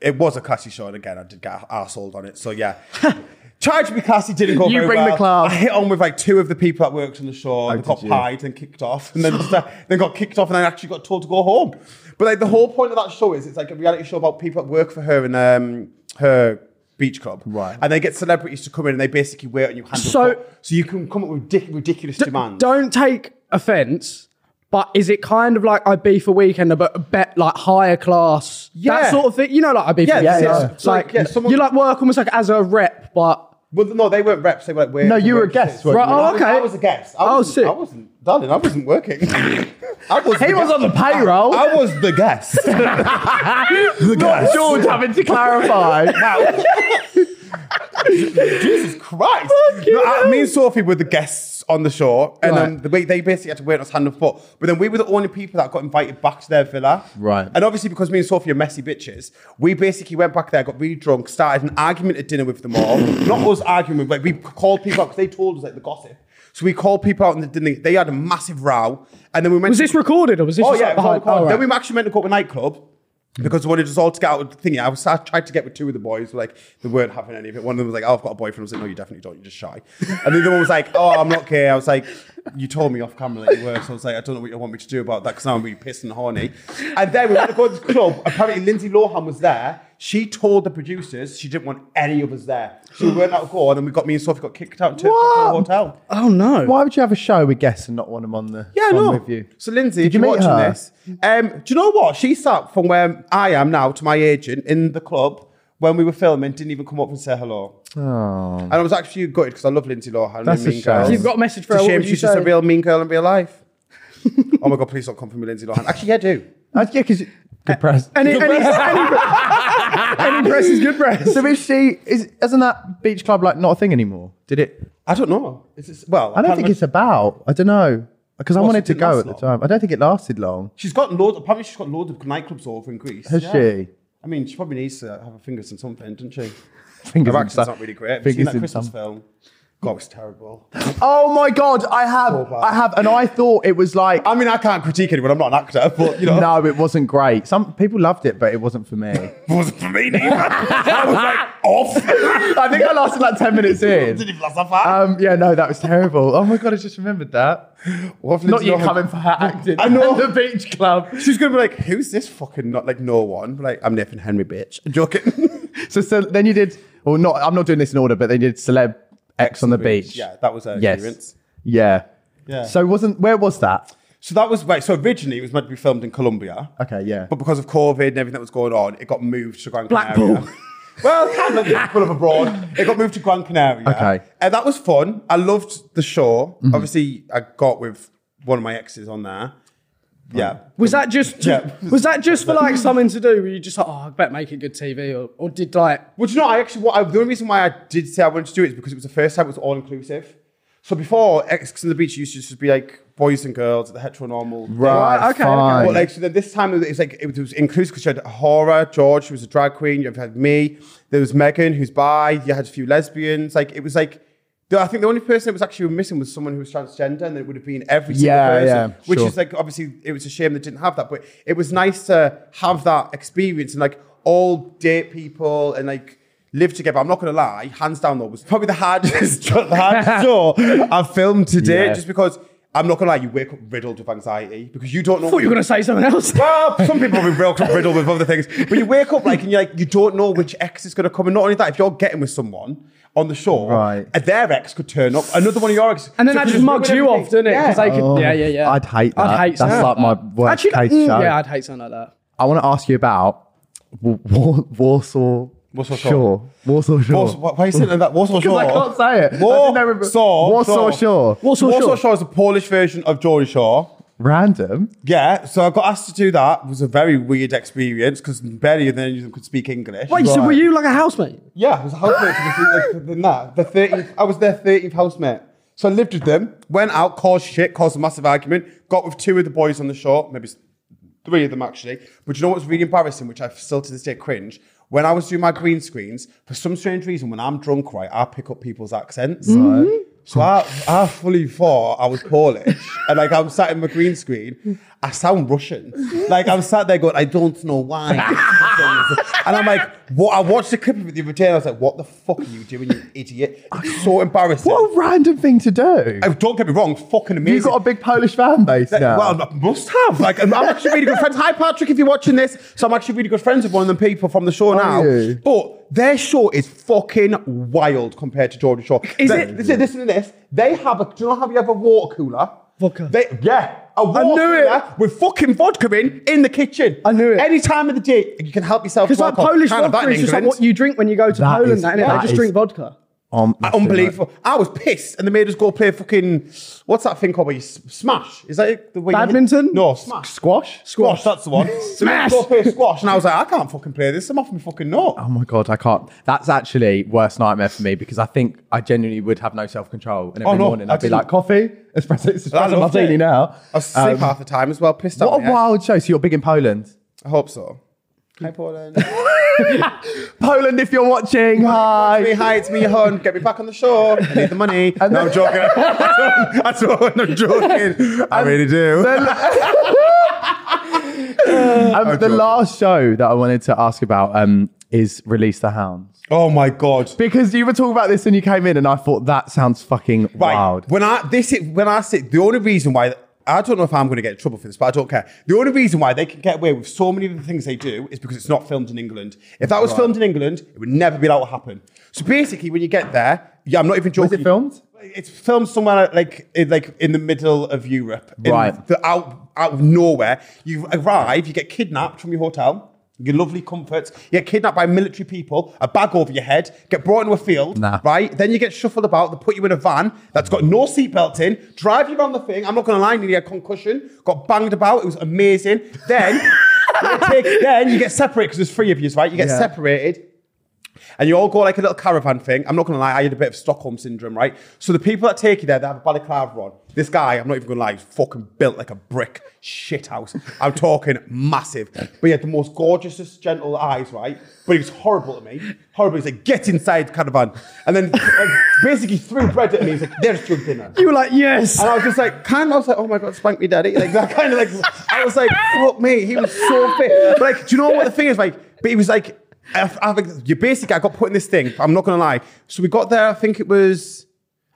[SPEAKER 3] it was a classy show, and again, I did get arseholed on it. So yeah. Tried to be classy, didn't go
[SPEAKER 1] You
[SPEAKER 3] very
[SPEAKER 1] bring the
[SPEAKER 3] well.
[SPEAKER 1] class.
[SPEAKER 3] I hit on with like two of the people that worked on the show. and they got
[SPEAKER 1] did you?
[SPEAKER 3] pied and kicked off, and then just, uh, then got kicked off, and then actually got told to go home. But like the whole point of that show is it's like a reality show about people that work for her in um, her beach club,
[SPEAKER 1] Right.
[SPEAKER 3] And they get celebrities to come in, and they basically wait on you hand
[SPEAKER 2] So-
[SPEAKER 3] so so you can come up with ridic- ridiculous demands.
[SPEAKER 2] Don't take offense, but is it kind of like I beef a weekend, but a bet like higher class?
[SPEAKER 3] Yeah.
[SPEAKER 2] That sort of thing. You know, like I beef
[SPEAKER 3] Yeah,
[SPEAKER 2] a
[SPEAKER 3] yeah,
[SPEAKER 2] weekend.
[SPEAKER 3] yeah.
[SPEAKER 2] It's
[SPEAKER 3] So,
[SPEAKER 2] Like,
[SPEAKER 3] yeah, someone-
[SPEAKER 2] you like work almost like as a rep, but
[SPEAKER 3] Well, no, they weren't reps. They were like wait.
[SPEAKER 1] No, you were a guest, weren't
[SPEAKER 2] Right, you? oh,
[SPEAKER 3] I was-
[SPEAKER 2] okay.
[SPEAKER 3] I was a guest. I
[SPEAKER 2] Oh,
[SPEAKER 3] wasn't,
[SPEAKER 2] sick.
[SPEAKER 3] I wasn't, darling. I wasn't working. I was
[SPEAKER 1] He
[SPEAKER 3] the
[SPEAKER 1] was
[SPEAKER 3] guest.
[SPEAKER 1] on the payroll.
[SPEAKER 2] Ah,
[SPEAKER 3] I, I was the guest. the guest.
[SPEAKER 1] George having to clarify.
[SPEAKER 3] Jesus Christ. No, I- me and Sophie were the guests on the show, and um,
[SPEAKER 2] Right.
[SPEAKER 3] the way they basically had to wait on us hand and foot. But then we were the only people that got invited back to their villa.
[SPEAKER 1] Right.
[SPEAKER 3] And obviously, because me and Sophie are messy bitches, we basically went back there, got really drunk, started an argument at dinner with them all. Not us arguing, but we called people out because they told us like the gossip. So we called people out and they, they had a massive row, and then we went.
[SPEAKER 2] was
[SPEAKER 3] to-
[SPEAKER 2] this recorded or was this
[SPEAKER 3] Oh
[SPEAKER 2] just
[SPEAKER 3] yeah,
[SPEAKER 2] like
[SPEAKER 3] it was all
[SPEAKER 2] behind?
[SPEAKER 3] recorded.
[SPEAKER 2] Oh, right.
[SPEAKER 3] Then we actually meant to go to a nightclub because we wanted us all to get out of the thingy. I was I tried to get with two of the boys, like they weren't having any of it. One of them was like, "Oh, I've got a boyfriend." I was like, "No, you definitely don't. You're just shy." And the other one was like, "Oh, I'm not gay." I was like, "You told me off camera that you were." So I was like, "I don't know what you want me to do about that because now I'm really pissed and horny." And oh, then we went to go to this club. Apparently, Lindsay Lohan was there. She told the producers she didn't want any of us there. So we weren't out to go, and then we got me and Sophie got kicked out and took to the
[SPEAKER 1] What?
[SPEAKER 3] hotel.
[SPEAKER 2] oh no.
[SPEAKER 1] Why would you have a show with guests and not want them on the
[SPEAKER 3] Yeah,
[SPEAKER 1] on
[SPEAKER 3] no.
[SPEAKER 1] with you?
[SPEAKER 3] So Lindsay,
[SPEAKER 1] Did
[SPEAKER 3] if
[SPEAKER 1] you
[SPEAKER 3] you're
[SPEAKER 1] meet
[SPEAKER 3] watching
[SPEAKER 1] her?
[SPEAKER 3] this, um, do you know what? She sat from where I am now to my agent in the club when we were filming, didn't even come up and say hello.
[SPEAKER 1] Oh.
[SPEAKER 3] And I was actually gutted because I love Lindsay Lohan.
[SPEAKER 1] That's a
[SPEAKER 3] and mean
[SPEAKER 1] shame.
[SPEAKER 3] Girl.
[SPEAKER 1] You've
[SPEAKER 2] got a message for her,
[SPEAKER 3] It's a
[SPEAKER 2] what
[SPEAKER 3] shame
[SPEAKER 2] would you
[SPEAKER 3] she's just
[SPEAKER 2] say?
[SPEAKER 3] a real mean girl in real life. oh my god, please don't come for me, Lindsay Lohan. Actually, yeah, I do.
[SPEAKER 1] Uh, Yeah, because depressed.
[SPEAKER 2] Any, any, any, any press is good press.
[SPEAKER 1] so is she? Is isn't that beach club like not a thing anymore? Did it?
[SPEAKER 3] I don't know. Is it, well,
[SPEAKER 1] I don't think
[SPEAKER 3] can't remember-
[SPEAKER 1] it's about. I don't know because I
[SPEAKER 3] What, so
[SPEAKER 1] wanted
[SPEAKER 3] it
[SPEAKER 1] to
[SPEAKER 3] didn't
[SPEAKER 1] go
[SPEAKER 3] last
[SPEAKER 1] at the
[SPEAKER 3] long?
[SPEAKER 1] time. I don't think it lasted long.
[SPEAKER 3] She's got loads. Apparently, she's got loads of nightclubs all over in Greece.
[SPEAKER 1] Has
[SPEAKER 3] Yeah.
[SPEAKER 1] she?
[SPEAKER 3] I mean, she probably needs to have her fingers in something, doesn't she?
[SPEAKER 1] Fingers
[SPEAKER 3] Her
[SPEAKER 1] in
[SPEAKER 3] acting's
[SPEAKER 1] some-
[SPEAKER 3] not really great. Have you seen
[SPEAKER 1] Fingers
[SPEAKER 3] that
[SPEAKER 1] in
[SPEAKER 3] Christmas
[SPEAKER 1] some-
[SPEAKER 3] film? God, it was terrible.
[SPEAKER 1] Oh my god! I have,
[SPEAKER 3] bad.
[SPEAKER 1] I have, and I thought it was like.
[SPEAKER 3] I mean, I can't critique anyone. I'm not an actor, but you know,
[SPEAKER 1] No, it wasn't great. Some people loved it, but it wasn't for me.
[SPEAKER 3] it wasn't for me. Neither. I was like off.
[SPEAKER 1] I think I lasted like ten minutes in.
[SPEAKER 3] Didn't even last that far.
[SPEAKER 1] Um, yeah, no, that was terrible. Oh my god, I just remembered that.
[SPEAKER 3] What if
[SPEAKER 1] Not
[SPEAKER 3] Lindsay
[SPEAKER 1] you
[SPEAKER 3] Lohan-
[SPEAKER 1] coming for her acting.
[SPEAKER 3] I know.
[SPEAKER 1] at the beach club.
[SPEAKER 3] She's gonna be like, "Who's this fucking not like no one?" Be Like, I'm Nathan Henry, bitch. I'm joking.
[SPEAKER 1] So, so then you did. Well, not. I'm not doing this in order, but they did celeb X on the beach.
[SPEAKER 3] yeah, that was her
[SPEAKER 1] Yes.
[SPEAKER 3] experience.
[SPEAKER 1] Yeah.
[SPEAKER 3] Yeah.
[SPEAKER 1] So wasn't where was that?
[SPEAKER 3] So that was right. So originally it was meant to be filmed in Colombia,
[SPEAKER 1] Okay. Yeah.
[SPEAKER 3] but because of COVID and everything that was going on, it got moved to Gran
[SPEAKER 2] Blackpool.
[SPEAKER 3] Canaria. well, kind of like full of abroad. It got moved to Gran Canaria.
[SPEAKER 1] Okay.
[SPEAKER 3] and that was fun. I loved the show. Obviously, I got with one of my exes on there. Yeah,
[SPEAKER 2] Was that just
[SPEAKER 3] Yeah.
[SPEAKER 2] was that just for like something to do? Were you just like, oh, I bet make it good TV, or, or did like
[SPEAKER 3] Well, do you know, I actually, what I, the only reason why I did say I wanted to do it is because it was the first time it was all inclusive. So before, X on the Beach used to just be like boys and girls at the heteronormal. thing.
[SPEAKER 1] Right,
[SPEAKER 2] okay, okay.
[SPEAKER 1] fine.
[SPEAKER 3] But like, so then this time it was like, it was inclusive because you had horror, George, who was a drag queen, you had me, there was Megan, who's bi, you had a few lesbians. Like, it was like, the- I think the only person that was actually missing was someone who was transgender, and it would have been every single
[SPEAKER 1] Yeah,
[SPEAKER 3] person.
[SPEAKER 1] yeah,
[SPEAKER 3] which
[SPEAKER 1] sure.
[SPEAKER 3] is like obviously it was a shame they didn't have that, but it was nice to have that experience and like all date people and like live together. I'm not gonna lie, hands down though, was probably the hardest, the hardest show I've filmed to date,
[SPEAKER 1] Yeah.
[SPEAKER 3] just because I'm not gonna lie, you wake up riddled with anxiety because you don't know.
[SPEAKER 2] I thought you were gonna say something else?
[SPEAKER 3] Well, some people have been real riddled with other things, but you wake up like and you're like you don't know which ex is going to come. And not only that, if you're getting with someone on the show,
[SPEAKER 1] Right.
[SPEAKER 3] and their ex could turn up, another one of your ex,
[SPEAKER 2] And then
[SPEAKER 3] So
[SPEAKER 2] that
[SPEAKER 3] because
[SPEAKER 2] just mugs
[SPEAKER 3] women
[SPEAKER 2] you
[SPEAKER 3] everything-
[SPEAKER 2] off, doesn't it?
[SPEAKER 3] Yeah.
[SPEAKER 2] 'Cause they could-
[SPEAKER 1] Oh,
[SPEAKER 2] yeah, yeah, yeah.
[SPEAKER 1] I'd hate that.
[SPEAKER 2] I'd hate
[SPEAKER 1] That's
[SPEAKER 2] something
[SPEAKER 1] like my worst
[SPEAKER 2] Actually,
[SPEAKER 1] case
[SPEAKER 2] mm,
[SPEAKER 1] show.
[SPEAKER 2] Yeah, I'd hate something like that.
[SPEAKER 1] I want to ask you about Wa- Wa- Warsaw.
[SPEAKER 3] Warsaw Shore.
[SPEAKER 1] Shore. Warsaw Shore.
[SPEAKER 3] Warsaw, why- why are you sitting in that Warsaw Shore?
[SPEAKER 1] I can't say it. I didn't know it-
[SPEAKER 3] Warsaw,
[SPEAKER 1] Warsaw Shore.
[SPEAKER 2] Warsaw
[SPEAKER 3] Warsaw
[SPEAKER 2] Shore.
[SPEAKER 3] Shore is a Polish version of Geordie Shore.
[SPEAKER 1] Random.
[SPEAKER 3] Yeah, so I got asked to do that. It was a very weird experience because barely then you could speak English.
[SPEAKER 2] Wait, so were you like a housemate?
[SPEAKER 3] Yeah, I was a housemate to the, the, the, nah, the 13th. I was their 13th housemate. So I lived with them, went out, caused shit, caused a massive argument, got with two of the boys on the shore, maybe s- three of them actually. But you know what's really embarrassing, which I still to this day cringe? When I was doing my green screens, for some strange reason, when I'm drunk, right, I pick up people's accents. So I, I fully thought I was Polish. and like I'm sat in my green screen, I sound Russian. Like I'm sat there going, I don't know why. and I'm like, what? I watched the clip of it the other day and I was like, what the fuck are you doing, you idiot? It's so embarrassing.
[SPEAKER 1] What a random thing to do.
[SPEAKER 3] I- Don't get me wrong, fucking amazing.
[SPEAKER 1] You've got a big Polish fan base
[SPEAKER 3] That-
[SPEAKER 1] now.
[SPEAKER 3] Well, I must have. Like, I'm, I'm actually really good friends. Hi, Patrick, if you're watching this. So I'm actually really good friends with one of them people from the show now.
[SPEAKER 1] you?
[SPEAKER 3] But their show is fucking wild compared to Jordan Shaw.
[SPEAKER 2] Is
[SPEAKER 3] They-
[SPEAKER 2] it?
[SPEAKER 3] Listen, listen to this. They have a. Do you know how you have a water cooler?
[SPEAKER 2] Vodka.
[SPEAKER 3] They, yeah. A water
[SPEAKER 2] knew it.
[SPEAKER 3] cooler with fucking vodka in in the kitchen.
[SPEAKER 2] I knew it.
[SPEAKER 3] Any time of the day, you can help yourself.
[SPEAKER 2] Because
[SPEAKER 3] to
[SPEAKER 2] like
[SPEAKER 3] alcohol.
[SPEAKER 2] Polish
[SPEAKER 3] Kind of that
[SPEAKER 2] vodka
[SPEAKER 3] in
[SPEAKER 2] is just like
[SPEAKER 3] England.
[SPEAKER 2] what you drink when you go to
[SPEAKER 1] That
[SPEAKER 2] Poland,
[SPEAKER 1] is-
[SPEAKER 2] that, innit?
[SPEAKER 1] that
[SPEAKER 2] They just
[SPEAKER 1] is-
[SPEAKER 2] drink vodka.
[SPEAKER 1] Um,
[SPEAKER 3] Unbelievable. I was pissed and they made us go play fucking, what's that thing called where you s- smash? Is that it? The way you hit-
[SPEAKER 2] Badminton?
[SPEAKER 3] No, smash.
[SPEAKER 1] Squash?
[SPEAKER 3] Squash, that's the one. smash! Go play squash. And I was like, I can't fucking play this. I'm off my fucking note.
[SPEAKER 1] Oh my god, I can't. That's actually worst nightmare for me because I think I genuinely would have no self control. And every
[SPEAKER 3] Oh, no,
[SPEAKER 1] morning
[SPEAKER 3] I
[SPEAKER 1] I'd be
[SPEAKER 3] didn't.
[SPEAKER 1] like, coffee, espresso,
[SPEAKER 3] I
[SPEAKER 1] espresso
[SPEAKER 3] loved
[SPEAKER 1] martini
[SPEAKER 3] it.
[SPEAKER 1] now.
[SPEAKER 3] I was asleep
[SPEAKER 1] Um,
[SPEAKER 3] half the time as well, pissed
[SPEAKER 1] What
[SPEAKER 3] out.
[SPEAKER 1] a
[SPEAKER 3] my head.
[SPEAKER 1] wild show! So you're big in Poland.
[SPEAKER 3] I hope so. Hi, Poland.
[SPEAKER 1] Poland, if you're watching,
[SPEAKER 3] Hey,
[SPEAKER 1] hi.
[SPEAKER 3] hi, it's me, your hon. Get me back on the show. I need the money. No, I'm joking. That's all. I'm joking. I really do.
[SPEAKER 1] Um, the last show that I wanted to ask about um, is Release the Hounds
[SPEAKER 3] Oh my God.
[SPEAKER 1] because you were talking about this when you came in, and I thought that sounds fucking
[SPEAKER 3] Right.
[SPEAKER 1] wild.
[SPEAKER 3] When I this is when I say the only reason why I don't know if I'm going to get in trouble for this, but I don't care. The only reason why they can get away with so many of the things they do is because it's not filmed in England. If that was filmed in England, it would never be allowed to happen. So basically, when you get there, yeah, I'm not even joking.
[SPEAKER 1] Was it filmed?
[SPEAKER 3] It's filmed somewhere like in- like in the middle of Europe, in
[SPEAKER 1] Right.
[SPEAKER 3] The, out out of nowhere. You arrive, you get kidnapped from your hotel. Your lovely comforts. You get kidnapped by military people, a bag over your head, get brought into a field,
[SPEAKER 1] Nah.
[SPEAKER 3] right? Then you get shuffled about. They put you in a van that's got no seatbelt in, drive you around the thing. I'm not going to lie, I nearly had concussion, got banged about. It was amazing. Then, you get take- then you get separated because there's three of you, right? You get
[SPEAKER 1] Yeah.
[SPEAKER 3] separated. And you all go like a little caravan thing. I'm not gonna lie, I had a bit of Stockholm syndrome, right? So the people that take you there, they have a balaclava on. This guy, I'm not even gonna lie, he's fucking built like a brick shit house. I'm talking massive. But he had the most gorgeous, gentle eyes, right? But he was horrible to me. Horrible. He's like, get inside the caravan. And then like, basically threw bread at me. He's like, there's your dinner.
[SPEAKER 2] You were like, yes.
[SPEAKER 3] And I was just like, kind of, I was like, oh my God, spank me, daddy. Like, that kind of like, I was like, fuck me. He was so fit. But like, do you know what the thing is? Like, but he was like, I, I think you basically, I got put in this thing. I'm not going to lie. So we got there, I think it was,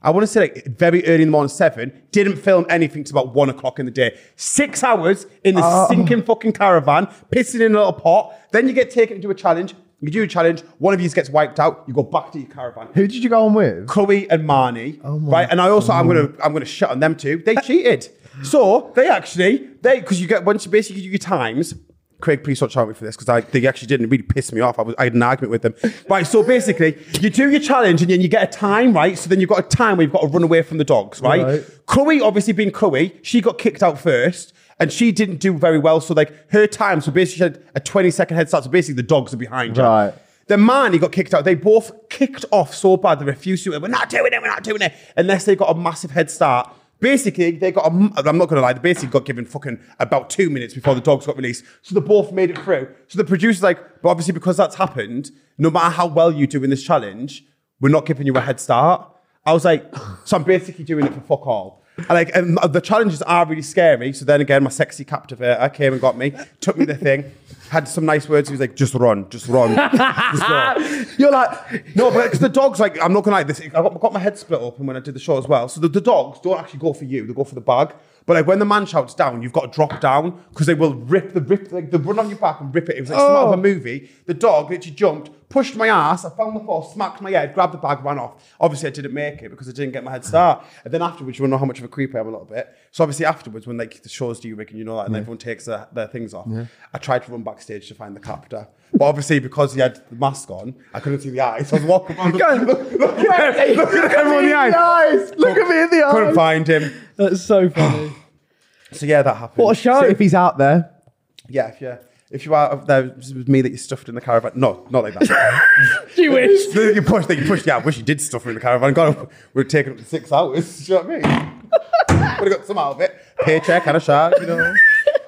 [SPEAKER 3] I want to say like very early in the morning, seven. Didn't film anything till about one o'clock in the day. Six hours in the sinking fucking caravan, pissing in a little pot. Then you get taken to do a challenge. You do a challenge. One of you gets wiped out. You go back to your caravan.
[SPEAKER 1] Who did you go on with?
[SPEAKER 3] Chloe and Marnie,
[SPEAKER 1] my
[SPEAKER 3] right? And I also I'm gonna I'm gonna shut on them too. They cheated, so they actually they because you get once you basically do your times. Craig, please don't shout at me for this because I they actually didn't really piss me off. I was I had an argument with them, right? So basically, you do your challenge and then you get a time, right? So then you've got a time where you've got to run away from the dogs, right?
[SPEAKER 1] Right.
[SPEAKER 3] Chloe, obviously being Chloe, she got kicked out first. And she didn't do very well. So, like, her time, so basically, she had a 20 second head start. So, basically, the dogs are behind her.
[SPEAKER 1] Right.
[SPEAKER 3] Then Marnie got kicked out. They both kicked off so bad they refused to. do it. We're not doing it. We're not doing it. Unless they got a massive head start. Basically, they got. A, m- I'm not gonna lie. They basically got given fucking about two minutes before the dogs got released. So they both made it through. So the producer's like, but obviously because that's happened, no matter how well you do in this challenge, we're not giving you a head start. I was like, so I'm basically doing it for fuck all. And like, and the challenges are really scary. So then again, my sexy captivator came and got me, took me the thing, had some nice words. He was like, just run, just run, just run.
[SPEAKER 1] You're like,
[SPEAKER 3] No, but because the dogs, like, I'm not gonna lie, this. I got, got my head split open when I did the show as well. So the, the dogs don't actually go for you; they go for the bag. But like when the man shouts down, you've got to drop down because they will rip the rip, like they run on your back and rip it. It was like some
[SPEAKER 2] Oh.
[SPEAKER 3] out of a movie. The dog literally jumped, pushed my ass. I found the floor, smacked my head, grabbed the bag, ran off. Obviously, I didn't make it because I didn't get my head start. And then afterwards, you will know how much of a creep I am a little bit. So obviously, afterwards, when like the shows do you rig and you know that, and everyone takes their, their things off, I tried to run backstage to find the captor. But obviously, because he had the mask on, I couldn't see the eyes. So I was walking around. Look, look, look at look at everyone in the eyes.
[SPEAKER 1] Look at me in the
[SPEAKER 3] Couldn't
[SPEAKER 1] eyes.
[SPEAKER 3] find him.
[SPEAKER 2] That's so funny.
[SPEAKER 3] So yeah, that happened.
[SPEAKER 2] what a show.
[SPEAKER 1] So if he's out there,
[SPEAKER 3] yeah, if you if you are there, it was me that you stuffed in the caravan. No, not like that.
[SPEAKER 2] you wish.
[SPEAKER 3] you pushed, that you pushed. Yeah, I wish you did stuff her in the caravan. God, we're taking up six hours. Do you know what I mean? Would have got some out of it. Paycheck and a shot, you know.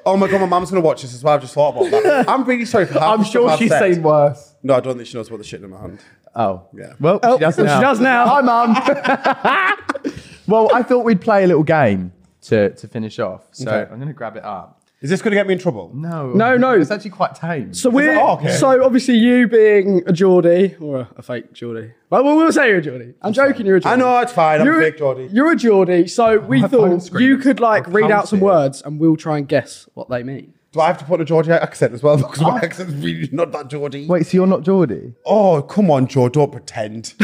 [SPEAKER 3] Oh my god, my mum's gonna watch this as well. I've just thought about that. I'm really sorry. For half
[SPEAKER 1] I'm
[SPEAKER 3] the stuff
[SPEAKER 1] sure
[SPEAKER 3] I've
[SPEAKER 1] she's
[SPEAKER 3] said.
[SPEAKER 1] saying worse.
[SPEAKER 3] No, I don't think she knows about the shit in my hand.
[SPEAKER 1] Oh,
[SPEAKER 3] Yeah.
[SPEAKER 1] Well,
[SPEAKER 2] Oh,
[SPEAKER 1] she does
[SPEAKER 2] she
[SPEAKER 1] now.
[SPEAKER 2] does now.
[SPEAKER 1] Hi, mum. well, I thought we'd play a little game to to finish off. So
[SPEAKER 3] Okay.
[SPEAKER 1] I'm going to grab it up.
[SPEAKER 3] Is this going to get me in trouble?
[SPEAKER 1] No.
[SPEAKER 2] No, no.
[SPEAKER 1] It's actually quite tame.
[SPEAKER 2] So we're
[SPEAKER 3] oh, okay.
[SPEAKER 2] so obviously you being a Geordie or a, a fake Geordie. Well, we'll, we'll say you're a Geordie. I'm joking. You're a Geordie.
[SPEAKER 3] I know, it's fine. I'm
[SPEAKER 2] You're,
[SPEAKER 3] a fake Geordie.
[SPEAKER 2] You're a Geordie. So we
[SPEAKER 1] My phone's
[SPEAKER 2] thought
[SPEAKER 1] screaming.
[SPEAKER 2] you could like
[SPEAKER 1] I've
[SPEAKER 2] read
[SPEAKER 1] come
[SPEAKER 2] out some
[SPEAKER 1] to it.
[SPEAKER 2] words and we'll try and guess what they mean.
[SPEAKER 3] Do I have to put a Geordie accent as well? Because my
[SPEAKER 1] Oh.
[SPEAKER 3] accent's really not that Geordie.
[SPEAKER 1] Wait, so you're not Geordie?
[SPEAKER 3] Oh, come on, Joe, don't pretend.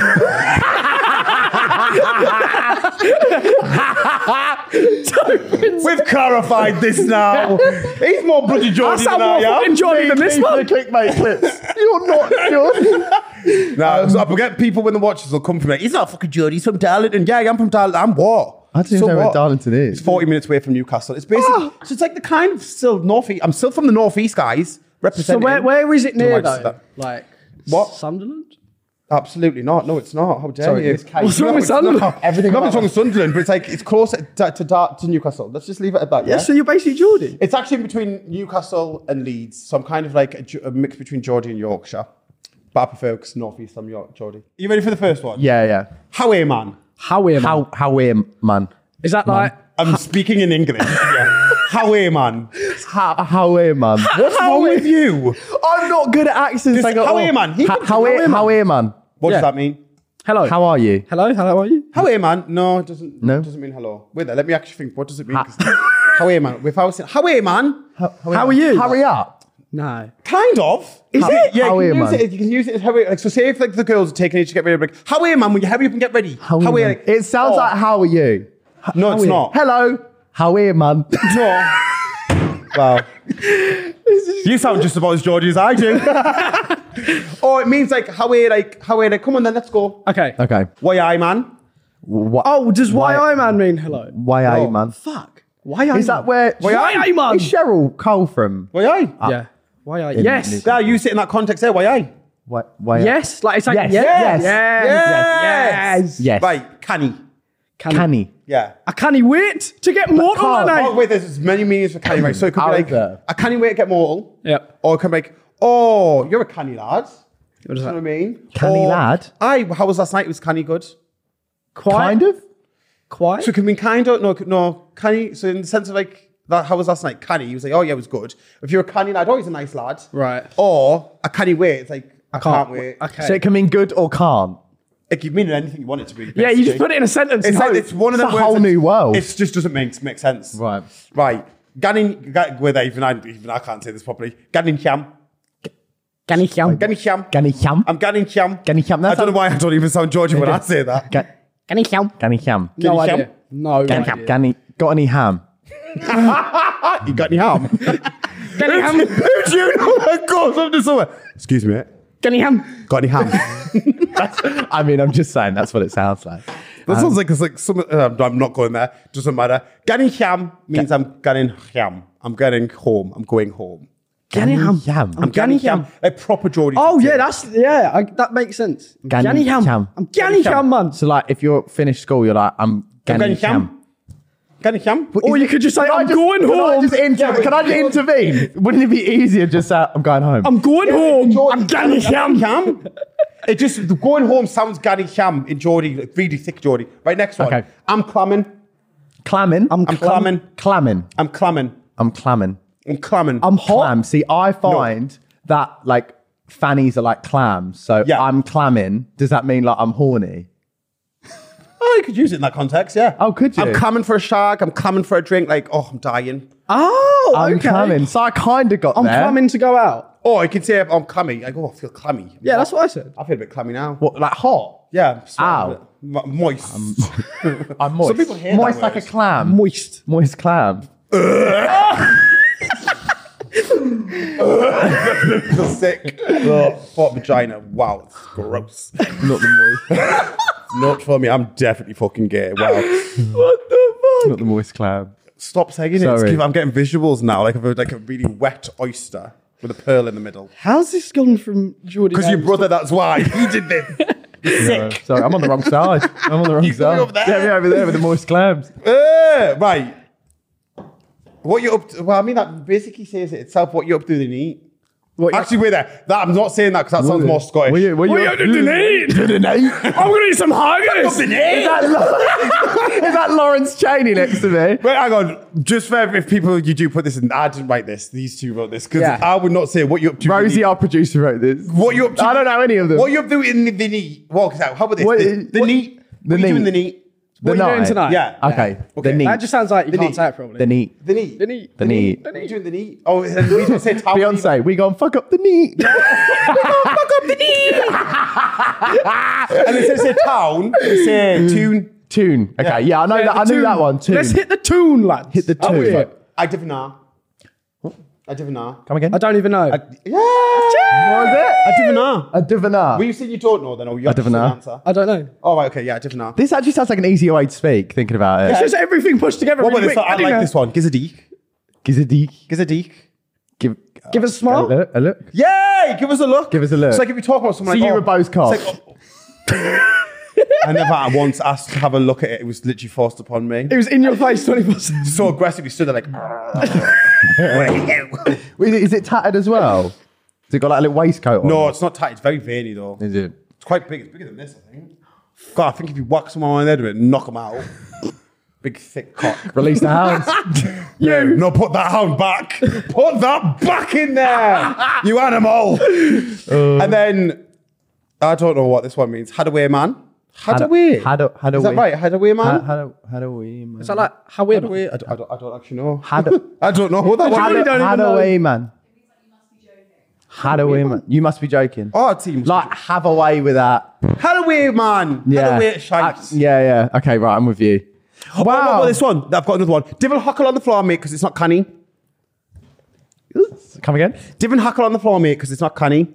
[SPEAKER 3] We've clarified this now. He's more bloody Geordie
[SPEAKER 2] sound
[SPEAKER 3] than I
[SPEAKER 2] more fucking
[SPEAKER 3] am.
[SPEAKER 2] Geordie than this one.
[SPEAKER 1] clickbait clips. You're not Geordie.
[SPEAKER 3] Nah,
[SPEAKER 1] Um,
[SPEAKER 3] so I forget people when the watchers will come from it. He's not fucking Geordie, he's from Darlington. Yeah, I'm from Darlington. I'm what?
[SPEAKER 1] I don't even know where
[SPEAKER 3] what?
[SPEAKER 1] Darlington is.
[SPEAKER 3] It's 40 minutes away from Newcastle. It's basically,
[SPEAKER 2] Ah.
[SPEAKER 3] so it's like the kind of still northeast. I'm still from the northeast, guys.
[SPEAKER 2] So
[SPEAKER 3] Representing.
[SPEAKER 2] where where is it near
[SPEAKER 3] like
[SPEAKER 2] though?
[SPEAKER 3] to that.
[SPEAKER 2] Like
[SPEAKER 3] What?
[SPEAKER 2] Sunderland?
[SPEAKER 3] Absolutely not. No, it's not. How dare
[SPEAKER 1] Sorry,
[SPEAKER 3] you?
[SPEAKER 1] this case- What's wrong
[SPEAKER 3] No,
[SPEAKER 2] with
[SPEAKER 3] it's not.
[SPEAKER 2] Sunderland?
[SPEAKER 1] Everything
[SPEAKER 3] Nothing's
[SPEAKER 1] about
[SPEAKER 3] wrong with Sunderland, but it's like it's close to, to, Dar- to Newcastle. Let's just leave it at that. Yeah.
[SPEAKER 2] Yeah. So you're basically Geordie.
[SPEAKER 3] it's actually between Newcastle and Leeds, so I'm kind of like a, Ge- a mix between Geordie and Yorkshire, but I prefer because northeast I'm York Geordie. Are you ready for the first one?
[SPEAKER 1] Yeah, yeah.
[SPEAKER 3] Howie man.
[SPEAKER 2] How weird. man.
[SPEAKER 1] How how we're man.
[SPEAKER 2] is that like?
[SPEAKER 3] I'm speaking in English. yeah. Howie man.
[SPEAKER 1] How how we're man.
[SPEAKER 3] What's wrong with you?
[SPEAKER 1] I'm not good at accents.
[SPEAKER 3] This-
[SPEAKER 1] I go,
[SPEAKER 3] how
[SPEAKER 1] oh,
[SPEAKER 3] are you, man? He
[SPEAKER 1] How,
[SPEAKER 3] comes
[SPEAKER 1] how,
[SPEAKER 3] from- how are
[SPEAKER 1] are-
[SPEAKER 3] you,
[SPEAKER 1] how are you, man?
[SPEAKER 3] What
[SPEAKER 2] Yeah.
[SPEAKER 3] does that mean?
[SPEAKER 2] Hello.
[SPEAKER 1] How are you?
[SPEAKER 2] Hello. Hello. Are you?
[SPEAKER 3] Howie man. No, it doesn't.
[SPEAKER 1] No?
[SPEAKER 3] it doesn't mean hello. Wait there. Let me actually think. What does it mean? 'Cause- Howie man. If I was saying Howie man,
[SPEAKER 2] How are you?
[SPEAKER 1] Hurry up.
[SPEAKER 2] No.
[SPEAKER 3] kind of. Is
[SPEAKER 1] How-
[SPEAKER 3] it?
[SPEAKER 1] how
[SPEAKER 3] Yeah,
[SPEAKER 1] are
[SPEAKER 3] you
[SPEAKER 1] you,
[SPEAKER 3] can, use
[SPEAKER 1] man?
[SPEAKER 3] it, you can use it as Howie. Like, so say if like the girls are taking it to get ready, like, how are you, man? Will you hurry up and get ready?
[SPEAKER 1] How are you, man?
[SPEAKER 3] like-
[SPEAKER 1] It sounds
[SPEAKER 3] Oh,
[SPEAKER 1] like how are you? H-
[SPEAKER 3] No,
[SPEAKER 1] how
[SPEAKER 3] it's
[SPEAKER 1] are you?
[SPEAKER 3] not.
[SPEAKER 1] Hello. How are you, man?
[SPEAKER 3] No. wow. You sound just about as Geordie as I do. oh, it means like how are like how are like come on then let's go.
[SPEAKER 2] Okay.
[SPEAKER 1] okay.
[SPEAKER 3] Why I man?
[SPEAKER 1] Wh-
[SPEAKER 2] Oh, does
[SPEAKER 1] Why-
[SPEAKER 2] why I man mean hello?
[SPEAKER 1] Why are you,
[SPEAKER 3] Oh.
[SPEAKER 1] man?
[SPEAKER 2] Fuck. Why I
[SPEAKER 1] Is that where?
[SPEAKER 2] Why are you, man?
[SPEAKER 1] Is Cheryl Cole from?
[SPEAKER 3] Why I?
[SPEAKER 2] Yeah. Why I?
[SPEAKER 1] In
[SPEAKER 2] Yes.
[SPEAKER 1] Newcastle.
[SPEAKER 3] Yeah, you sit in that context there. Why I?
[SPEAKER 1] Why? why
[SPEAKER 2] Yes. Like it's like
[SPEAKER 1] Yes.
[SPEAKER 2] yes.
[SPEAKER 1] Yes.
[SPEAKER 2] Yes. Yes.
[SPEAKER 3] Yes.
[SPEAKER 1] Yes.
[SPEAKER 3] Right, canny.
[SPEAKER 1] Canny.
[SPEAKER 3] Yeah.
[SPEAKER 2] I can't wait to get more
[SPEAKER 1] Carl,
[SPEAKER 2] on my
[SPEAKER 3] Oh
[SPEAKER 2] name.
[SPEAKER 3] wait, there's as many meanings for canny. Right, so it could be
[SPEAKER 1] Out
[SPEAKER 3] like
[SPEAKER 1] there.
[SPEAKER 3] I canny wait to get mortal.
[SPEAKER 2] Yep.
[SPEAKER 3] Or it could be like oh you're a canny lad.
[SPEAKER 2] What is
[SPEAKER 3] You know what I
[SPEAKER 2] that?
[SPEAKER 3] mean?
[SPEAKER 1] Canny
[SPEAKER 3] Or,
[SPEAKER 1] lad?
[SPEAKER 3] I how was last night? It was canny good.
[SPEAKER 2] Quiet.
[SPEAKER 1] Kind of.
[SPEAKER 2] Quiet.
[SPEAKER 3] So it can mean kind of no no canny. So in the sense of like that, how was last night? Canny. You was like, oh yeah, it was good. If you're a canny lad, oh he's a nice lad.
[SPEAKER 2] Right.
[SPEAKER 3] Or a canny wait. It's like I can't, wait.
[SPEAKER 2] Okay.
[SPEAKER 1] So it can mean good or can't.
[SPEAKER 3] It could mean anything you want it to be.
[SPEAKER 2] yeah, you just
[SPEAKER 3] basically.
[SPEAKER 2] put it in a sentence.
[SPEAKER 3] It's
[SPEAKER 2] no.
[SPEAKER 3] like it's one of the
[SPEAKER 1] It's a whole new world.
[SPEAKER 3] It just doesn't make make sense.
[SPEAKER 1] Right.
[SPEAKER 3] Right. Ganin Ga- wait there, even I even I can't say this properly. Ganin Chiam.
[SPEAKER 2] Can you count?
[SPEAKER 3] Ganin Chiam.
[SPEAKER 1] Gani Cham.
[SPEAKER 2] Um,
[SPEAKER 3] I'm Ganin Chiam.
[SPEAKER 1] Ganin Chiam,
[SPEAKER 3] I
[SPEAKER 1] that's
[SPEAKER 3] don't know
[SPEAKER 1] how-
[SPEAKER 3] why I don't even sound Georgian when I say that.
[SPEAKER 1] Ga-
[SPEAKER 2] Can you count?
[SPEAKER 1] Gani Cham.
[SPEAKER 2] No
[SPEAKER 3] you count?
[SPEAKER 2] idea. No
[SPEAKER 1] Gani
[SPEAKER 2] idea.
[SPEAKER 1] Cham. Gani. Got any ham?
[SPEAKER 3] you got any ham?
[SPEAKER 2] Can you
[SPEAKER 3] Who
[SPEAKER 2] ham?
[SPEAKER 3] do you know that goes up to someone? Excuse me. mate.
[SPEAKER 2] Can you ham?
[SPEAKER 3] Got any ham?
[SPEAKER 1] I mean, I'm just saying that's what it sounds like.
[SPEAKER 3] That sounds like it's like some. Uh, I'm not going there. Doesn't matter. Getting ham means I'm getting ham. I'm getting home. I'm going home.
[SPEAKER 2] Can you ham?
[SPEAKER 1] Yam.
[SPEAKER 2] I'm
[SPEAKER 3] Getting
[SPEAKER 2] Gani ham.
[SPEAKER 3] Like proper Geordie.
[SPEAKER 2] Oh yeah,
[SPEAKER 3] food.
[SPEAKER 2] that's yeah. I, that makes sense.
[SPEAKER 1] Gani
[SPEAKER 2] Can you
[SPEAKER 1] Cham.
[SPEAKER 2] ham? I'm can you ham, man.
[SPEAKER 1] So like, if you're finished school, you're like, I'm
[SPEAKER 3] I'm
[SPEAKER 1] Gani
[SPEAKER 3] getting
[SPEAKER 1] Cham.
[SPEAKER 3] ham. Getting ham.
[SPEAKER 2] Or you could just say, I'm going
[SPEAKER 1] Can I
[SPEAKER 2] home.
[SPEAKER 1] just inter- can I just intervene? Wouldn't it be easier just say I'm going home?
[SPEAKER 2] I'm going home. I'm can you ham?
[SPEAKER 3] Ham. It just the going home sounds getting ham in Geordie, like really thick Geordie. Right, next one.
[SPEAKER 1] Okay.
[SPEAKER 3] I'm clamming.
[SPEAKER 1] clamming.
[SPEAKER 3] I'm clamming.
[SPEAKER 1] Clamming.
[SPEAKER 3] I'm clamming.
[SPEAKER 1] I'm clamming.
[SPEAKER 3] I'm clamming.
[SPEAKER 2] I'm hot.
[SPEAKER 1] Clam. See, I find that like fannies are like clams. So
[SPEAKER 3] Yeah.
[SPEAKER 1] I'm clamming. Does that mean like I'm horny?
[SPEAKER 3] oh, you could use it in that context, yeah.
[SPEAKER 1] Oh, could you?
[SPEAKER 3] I'm clamming for a shag. I'm clamming for a drink. Like, oh, I'm dying.
[SPEAKER 2] Oh,
[SPEAKER 1] I'm
[SPEAKER 2] okay.
[SPEAKER 1] clamming. So I kind of got
[SPEAKER 2] I'm
[SPEAKER 1] there.
[SPEAKER 2] coming to go out.
[SPEAKER 3] Or Oh, you could say I'm clammy. Like, oh, I feel clammy.
[SPEAKER 2] Yeah, that's what I said.
[SPEAKER 3] I feel a bit clammy now.
[SPEAKER 1] What, like hot?
[SPEAKER 3] Yeah.
[SPEAKER 1] Ow.
[SPEAKER 3] Ow. Moist.
[SPEAKER 1] I'm moist.
[SPEAKER 3] people hear that
[SPEAKER 1] moist like
[SPEAKER 3] word.
[SPEAKER 1] a clam.
[SPEAKER 2] Moist.
[SPEAKER 1] moist clam.
[SPEAKER 3] Feel sick. Ugh, Hot vagina. Wow, it's gross.
[SPEAKER 1] Not the moist.
[SPEAKER 3] Not for me. I'm definitely fucking gay. Wow.
[SPEAKER 2] What the
[SPEAKER 1] not the moist clam.
[SPEAKER 3] Stop saying it.
[SPEAKER 1] Sorry.
[SPEAKER 3] It's- I'm getting visuals now, like of a, like a really wet oyster with a pearl in the middle.
[SPEAKER 2] How's this gone from Jordan?
[SPEAKER 3] Because your brother, that's why he did this.
[SPEAKER 1] Sick. sorry, I'm on the wrong side. I'm on the wrong
[SPEAKER 3] You
[SPEAKER 1] side.
[SPEAKER 3] go over there.
[SPEAKER 1] Yeah, me over there with the moist clams.
[SPEAKER 3] Uh, right. What you up to? Well, I mean, that basically says it itself. What you up to the eat.
[SPEAKER 2] What, you-
[SPEAKER 3] Actually, wait there. That, I'm not saying that because that sounds more Scottish.
[SPEAKER 1] Will you, will you,
[SPEAKER 2] Will you do the need?
[SPEAKER 1] Do the need?
[SPEAKER 3] Oh,
[SPEAKER 2] I'm gonna eat some haggis.
[SPEAKER 1] Is that, Lau- is that Lawrence Cheney next to me?
[SPEAKER 3] Wait, hang on. Just for if people you do put this in, I didn't write this. These two wrote this because
[SPEAKER 2] Yeah.
[SPEAKER 3] I would not say what you up to.
[SPEAKER 1] Rosie,
[SPEAKER 3] Vinny.
[SPEAKER 1] our producer, wrote this.
[SPEAKER 3] what you up to?
[SPEAKER 1] I don't know any of them.
[SPEAKER 3] What you up to in the, the knee? Well, 'cause how how about this?
[SPEAKER 1] What-
[SPEAKER 3] the, the
[SPEAKER 1] what-
[SPEAKER 3] knee.
[SPEAKER 1] the
[SPEAKER 3] what you
[SPEAKER 1] knee.
[SPEAKER 3] doing the knee?
[SPEAKER 1] The
[SPEAKER 2] What are you doing
[SPEAKER 1] night.
[SPEAKER 2] tonight?
[SPEAKER 3] Yeah.
[SPEAKER 1] Okay.
[SPEAKER 3] Okay.
[SPEAKER 1] The neat.
[SPEAKER 2] That just sounds like you
[SPEAKER 3] The
[SPEAKER 2] can't
[SPEAKER 3] knee.
[SPEAKER 2] say it properly.
[SPEAKER 1] the neat.
[SPEAKER 3] The knee.
[SPEAKER 2] The knee.
[SPEAKER 1] The knee.
[SPEAKER 2] The
[SPEAKER 3] What
[SPEAKER 2] knee.
[SPEAKER 3] you doing the knee? Oh, then we just say towel.
[SPEAKER 1] Beyonce, we gonna fuck up the knee.
[SPEAKER 3] And instead of say town, Mm. we say tune.
[SPEAKER 1] Tune. Okay. Yeah, I know that. I knew
[SPEAKER 2] Tune.
[SPEAKER 1] that one. Tune.
[SPEAKER 2] Let's hit the tune, lads.
[SPEAKER 1] Hit the
[SPEAKER 2] That was
[SPEAKER 1] tune.
[SPEAKER 2] it.
[SPEAKER 3] I divina. I divina.
[SPEAKER 1] Come again.
[SPEAKER 2] I don't even know. I,
[SPEAKER 3] Yeah. What
[SPEAKER 1] was it?
[SPEAKER 3] I divina.
[SPEAKER 1] A divinar.
[SPEAKER 3] Were you saying you don't know then? Or you
[SPEAKER 1] I
[SPEAKER 3] have to say an
[SPEAKER 1] divina.
[SPEAKER 3] answer?
[SPEAKER 2] don't know.
[SPEAKER 3] Oh, right, okay. Yeah, I divina.
[SPEAKER 1] this actually sounds like an easier way to speak. Thinking about
[SPEAKER 2] It's
[SPEAKER 1] it.
[SPEAKER 2] just everything pushed together.
[SPEAKER 3] What about
[SPEAKER 2] really
[SPEAKER 3] this?
[SPEAKER 2] quick.
[SPEAKER 3] one? I
[SPEAKER 2] do
[SPEAKER 3] like
[SPEAKER 2] know.
[SPEAKER 3] this one. Gizadik.
[SPEAKER 1] Give us a deek.
[SPEAKER 3] Gizadik.
[SPEAKER 1] Give.
[SPEAKER 2] Give us a
[SPEAKER 1] A
[SPEAKER 2] smile.
[SPEAKER 1] look. A look.
[SPEAKER 3] Yay! Give us a look.
[SPEAKER 1] Give us a look.
[SPEAKER 3] It's like if you talk about someone.
[SPEAKER 1] So
[SPEAKER 3] like,
[SPEAKER 1] you
[SPEAKER 3] oh,
[SPEAKER 1] were both cock.
[SPEAKER 3] it's like, oh. I never once asked to have a look at it. It was literally forced upon me.
[SPEAKER 2] It was in your face 24 7.
[SPEAKER 3] so aggressive. You stood there like. "Ah."
[SPEAKER 1] Wait, Is it tattered as well? Has it got like a little waistcoat on?
[SPEAKER 3] no, it's not tight. It's very veiny though.
[SPEAKER 1] Is it?
[SPEAKER 3] It's quite big. It's bigger than this, I think. God, I think if you whack someone on the head with it, knock them out. big thick cock.
[SPEAKER 1] Release the hounds.
[SPEAKER 2] You.
[SPEAKER 3] No, put that hound back. Put that back in there, you animal.
[SPEAKER 1] Um,
[SPEAKER 3] and then I don't know what this one means. Hadaway man. Hadaway.
[SPEAKER 1] Had a. Had a.
[SPEAKER 3] Is that right? Hadaway man.
[SPEAKER 1] Had a. Had a wee man.
[SPEAKER 2] Is that like how weird?
[SPEAKER 3] Hadaway. I don't, I don't, I don't actually know.
[SPEAKER 1] Hada-
[SPEAKER 3] I don't know what that
[SPEAKER 2] Hada-
[SPEAKER 3] one
[SPEAKER 2] really
[SPEAKER 3] is.
[SPEAKER 2] don't even
[SPEAKER 1] Had
[SPEAKER 2] know.
[SPEAKER 1] a wee man. Had a wee man. You must be joking.
[SPEAKER 3] Our team.
[SPEAKER 1] Like have a way with that.
[SPEAKER 3] Hadaway man.
[SPEAKER 1] Yeah.
[SPEAKER 3] Hadaway shite.
[SPEAKER 1] Uh, yeah. Yeah. Okay. Right. I'm with you.
[SPEAKER 3] Oh, what
[SPEAKER 1] Wow.
[SPEAKER 3] about this one? I've got another one. Divil huckle on the floor, mate, because it's not canny.
[SPEAKER 1] Come again.
[SPEAKER 3] Divin huckle on the floor, mate, because it's not canny.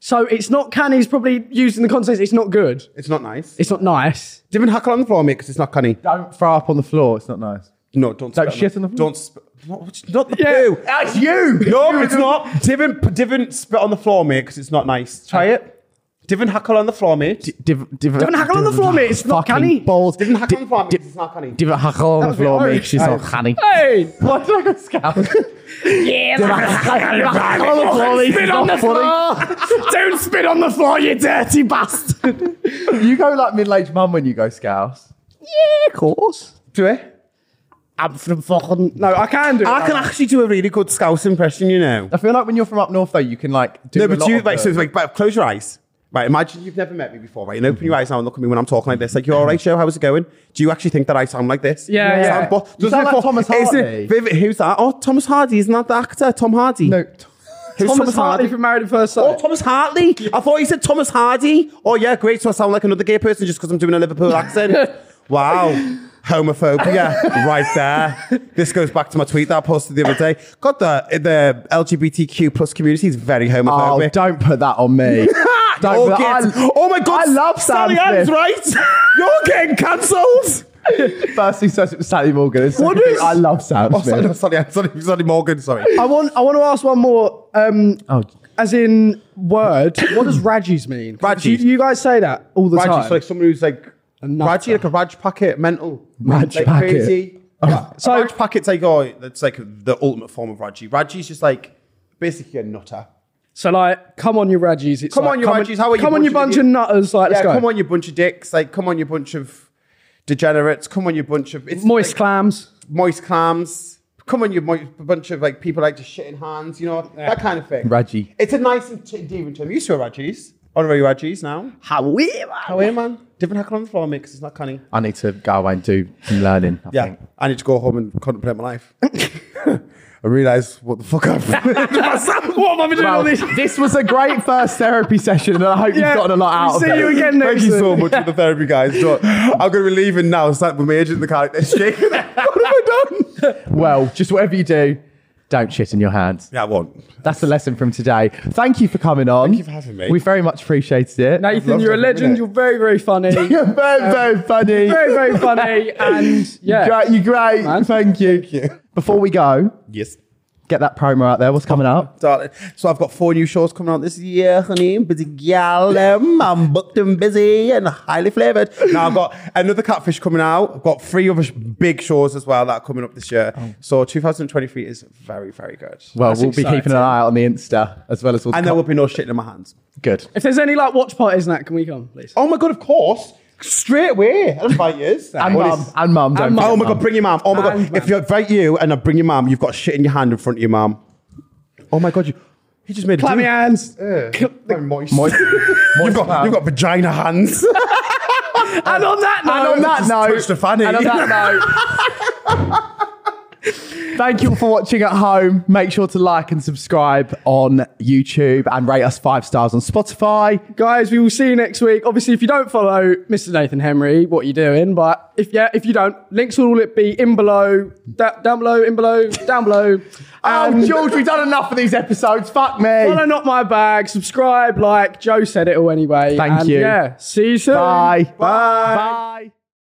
[SPEAKER 2] So it's not canny, it's probably used in the context, it's not good.
[SPEAKER 3] It's not nice.
[SPEAKER 2] It's not nice.
[SPEAKER 3] Divin huckle on the floor, mate, because it's not canny.
[SPEAKER 1] Don't throw up on the floor. It's not nice.
[SPEAKER 3] No, don't
[SPEAKER 1] Don't
[SPEAKER 3] spit
[SPEAKER 1] shit on the floor?
[SPEAKER 3] Don't sp- what, what's- not the
[SPEAKER 2] Yeah.
[SPEAKER 3] poo.
[SPEAKER 1] That's you.
[SPEAKER 3] No, it's not. Divin Divin spit on the floor, mate, because it's not nice. Try
[SPEAKER 2] Uh,
[SPEAKER 3] it. Divin huckle on the floor, mate.
[SPEAKER 1] Div, div,
[SPEAKER 2] Don't hackle on the floor, mate. It's not
[SPEAKER 1] fucking
[SPEAKER 2] canny.
[SPEAKER 1] Balls.
[SPEAKER 3] Divin huckle on the floor, mate, 'cause it's not canny.
[SPEAKER 1] Div hackle on the
[SPEAKER 2] was a bit
[SPEAKER 1] floor, mate.
[SPEAKER 2] Irish.
[SPEAKER 1] She's not canny.
[SPEAKER 2] Hey!
[SPEAKER 1] What's like a scout? Yeah. Div hackle on the floor, mate. She's
[SPEAKER 2] Spit on
[SPEAKER 1] not
[SPEAKER 2] the
[SPEAKER 1] funny.
[SPEAKER 2] floor! Don't spit on the floor, you dirty bastard!
[SPEAKER 1] You go like middle-aged mum when you go scouts.
[SPEAKER 2] yeah, of course.
[SPEAKER 3] Do it.
[SPEAKER 2] I'm from fucking. No, I can do it.
[SPEAKER 3] I can actually do a really good scouse impression, you know.
[SPEAKER 1] I feel like when you're from up north though, you can like do
[SPEAKER 3] No,
[SPEAKER 1] a
[SPEAKER 3] but
[SPEAKER 1] lot
[SPEAKER 3] you
[SPEAKER 1] of
[SPEAKER 3] like
[SPEAKER 1] the-
[SPEAKER 3] so it's like but close your eyes. Right, imagine you've never met me before, right? And
[SPEAKER 1] Mm-hmm.
[SPEAKER 3] open your eyes now and look at me when I'm talking like this. Like, you're all right, show, how's it going? Do you actually think that I sound like this?
[SPEAKER 2] Yeah, yeah.
[SPEAKER 3] Sound bo-
[SPEAKER 1] You
[SPEAKER 3] Doesn't
[SPEAKER 1] sound
[SPEAKER 3] it
[SPEAKER 1] like
[SPEAKER 3] bo-
[SPEAKER 1] Thomas
[SPEAKER 3] isn't it
[SPEAKER 1] Hardy.
[SPEAKER 3] vivid? Who's that? Oh, Thomas Hardy, isn't that the actor? Tom Hardy.
[SPEAKER 1] no.
[SPEAKER 3] Who's
[SPEAKER 2] Thomas, Hardy from Married at First
[SPEAKER 3] Oh,
[SPEAKER 2] Sight.
[SPEAKER 3] Thomas Hartley. I thought you said Thomas Hardy. Oh, yeah, great. So I sound like another gay person just because I'm doing a Liverpool accent. wow. Homophobia, right there. This goes back to my tweet that I posted the other day. God, the, the LGBTQ plus community is very
[SPEAKER 1] Oh,
[SPEAKER 3] homophobic.
[SPEAKER 1] don't put that on me. don't
[SPEAKER 3] You're
[SPEAKER 1] put
[SPEAKER 3] getting-
[SPEAKER 1] I-
[SPEAKER 3] oh my God,
[SPEAKER 1] I love
[SPEAKER 3] Sally
[SPEAKER 1] Sam
[SPEAKER 3] Ann's
[SPEAKER 1] Smith.
[SPEAKER 3] right. You're getting cancelled.
[SPEAKER 1] First he says it was Sally Morgan. and
[SPEAKER 2] What
[SPEAKER 1] second thing,
[SPEAKER 2] is-
[SPEAKER 1] I love Sam
[SPEAKER 3] Oh, sorry,
[SPEAKER 1] Smith.
[SPEAKER 3] no, Sally Ann, sorry, Sally Morgan, sorry.
[SPEAKER 2] I want, I want to ask one more, um,
[SPEAKER 1] Oh,
[SPEAKER 2] as in word. What does Raggies mean? 'Cause
[SPEAKER 3] Radgies.
[SPEAKER 2] You, you guys say that all the
[SPEAKER 3] Raj,
[SPEAKER 2] time.
[SPEAKER 3] it's like someone who's like,
[SPEAKER 2] Enough
[SPEAKER 3] Raj, like a Raj packet, mental.
[SPEAKER 1] Raj
[SPEAKER 3] like
[SPEAKER 1] packet.
[SPEAKER 3] Crazy. So
[SPEAKER 2] So-
[SPEAKER 3] Raj packet's like, oh, that's like the ultimate form of Raji. Raji's just like, basically a nutter.
[SPEAKER 2] So like, come on, you Raggies. It's
[SPEAKER 3] Come
[SPEAKER 2] like,
[SPEAKER 3] on, you
[SPEAKER 2] come
[SPEAKER 3] Rajis, how are you?
[SPEAKER 2] Come on, you bunch of
[SPEAKER 3] idi-
[SPEAKER 2] nutters. Like,
[SPEAKER 3] yeah,
[SPEAKER 2] let's go.
[SPEAKER 3] come on, you bunch of dicks. Like, come on, you bunch of degenerates. Come on, you bunch of it's
[SPEAKER 2] Moist
[SPEAKER 3] like,
[SPEAKER 2] clams.
[SPEAKER 3] moist clams. Come on, you mo- bunch of like people like to shit in hands. You know that kind of thing.
[SPEAKER 1] Raji.
[SPEAKER 3] It's a nice and t- different term. You used to a Rajis. Honorary Rajis now. How are you, man? Different hacker on the floor, mate, 'cause it's not canny.
[SPEAKER 1] I need to go away and do some learning. I
[SPEAKER 3] Yeah,
[SPEAKER 1] think.
[SPEAKER 3] I need to go home and contemplate my life. I realise what the fuck I've
[SPEAKER 2] What am I doing all
[SPEAKER 1] Well,
[SPEAKER 2] this?
[SPEAKER 1] this was a great first therapy session, and I hope
[SPEAKER 2] Yeah.
[SPEAKER 1] you've gotten a lot out
[SPEAKER 2] See
[SPEAKER 1] of it.
[SPEAKER 2] you again
[SPEAKER 3] Thank
[SPEAKER 2] next
[SPEAKER 3] you
[SPEAKER 2] week.
[SPEAKER 3] so much for the therapy, guys. So, I'm going to be leaving now. It's like with my agent in the car. Like, shaking. what have I done?
[SPEAKER 1] Well, just whatever you do, don't shit in your hands.
[SPEAKER 3] Yeah, I won't.
[SPEAKER 1] That's the lesson from today. Thank you for coming on. Thank
[SPEAKER 3] you for having me.
[SPEAKER 1] We very much appreciated it.
[SPEAKER 2] Nathan, you're a
[SPEAKER 3] every
[SPEAKER 2] legend.
[SPEAKER 3] minute.
[SPEAKER 2] You're very, very funny. very,
[SPEAKER 1] You're very, very funny.
[SPEAKER 2] very funny. And yeah.
[SPEAKER 1] Great, you're great. Thank you. Before we go,
[SPEAKER 3] Yes.
[SPEAKER 1] Get that promo out there. What's coming up?
[SPEAKER 3] Darling. So I've got four new shows coming out this year, honey. Busy gal, um, I'm booked and busy and highly flavored. Now I've got another catfish coming out. I've got three other sh- big shows as well that are coming up this year. So 2023 is very, very good.
[SPEAKER 1] Well,
[SPEAKER 4] That's
[SPEAKER 1] we'll be keeping
[SPEAKER 4] exciting.
[SPEAKER 1] an eye out on the Insta as well as all the
[SPEAKER 3] and there will be no shitting in my hands.
[SPEAKER 1] co- good.
[SPEAKER 2] If there's any like watch parties and that, can we come, please?
[SPEAKER 3] Oh my god, of course. Straight away. I'll invite you.
[SPEAKER 1] And
[SPEAKER 3] What
[SPEAKER 1] mum,
[SPEAKER 3] is-
[SPEAKER 1] and mum, don't
[SPEAKER 2] And
[SPEAKER 1] forget
[SPEAKER 3] Oh my
[SPEAKER 1] mum.
[SPEAKER 3] god, bring your mum. Oh my
[SPEAKER 2] And
[SPEAKER 3] god.
[SPEAKER 2] mum.
[SPEAKER 3] If you invite you and I bring your mum, you've got shit in your hand in front of your mum. Oh my god, you he just made a
[SPEAKER 2] Clap
[SPEAKER 3] deal.
[SPEAKER 2] your hands.
[SPEAKER 3] Yeah. Very moist.
[SPEAKER 1] Moist-
[SPEAKER 3] you've, got,
[SPEAKER 1] mum.
[SPEAKER 3] you've got vagina hands.
[SPEAKER 2] And on Oh, that note,
[SPEAKER 1] And on that
[SPEAKER 3] Just
[SPEAKER 1] note,
[SPEAKER 3] touched a fanny.
[SPEAKER 1] and on that note. Thank you all for watching at home. Make sure to like and subscribe on YouTube and rate us five stars on Spotify.
[SPEAKER 2] guys, we will see you next week. Obviously, if you don't follow Mr. Nathan Henry, what are you doing? But if yeah, if you don't, links will all be in below, da- down below, in below, down below.
[SPEAKER 1] Oh,
[SPEAKER 2] And
[SPEAKER 1] George, we've done enough of these episodes. Fuck me.
[SPEAKER 2] follow not my bag. Subscribe, like Joe said it all anyway.
[SPEAKER 1] Thank
[SPEAKER 2] and
[SPEAKER 1] you.
[SPEAKER 2] Yeah, see you soon.
[SPEAKER 1] Bye.
[SPEAKER 2] Bye.
[SPEAKER 1] Bye.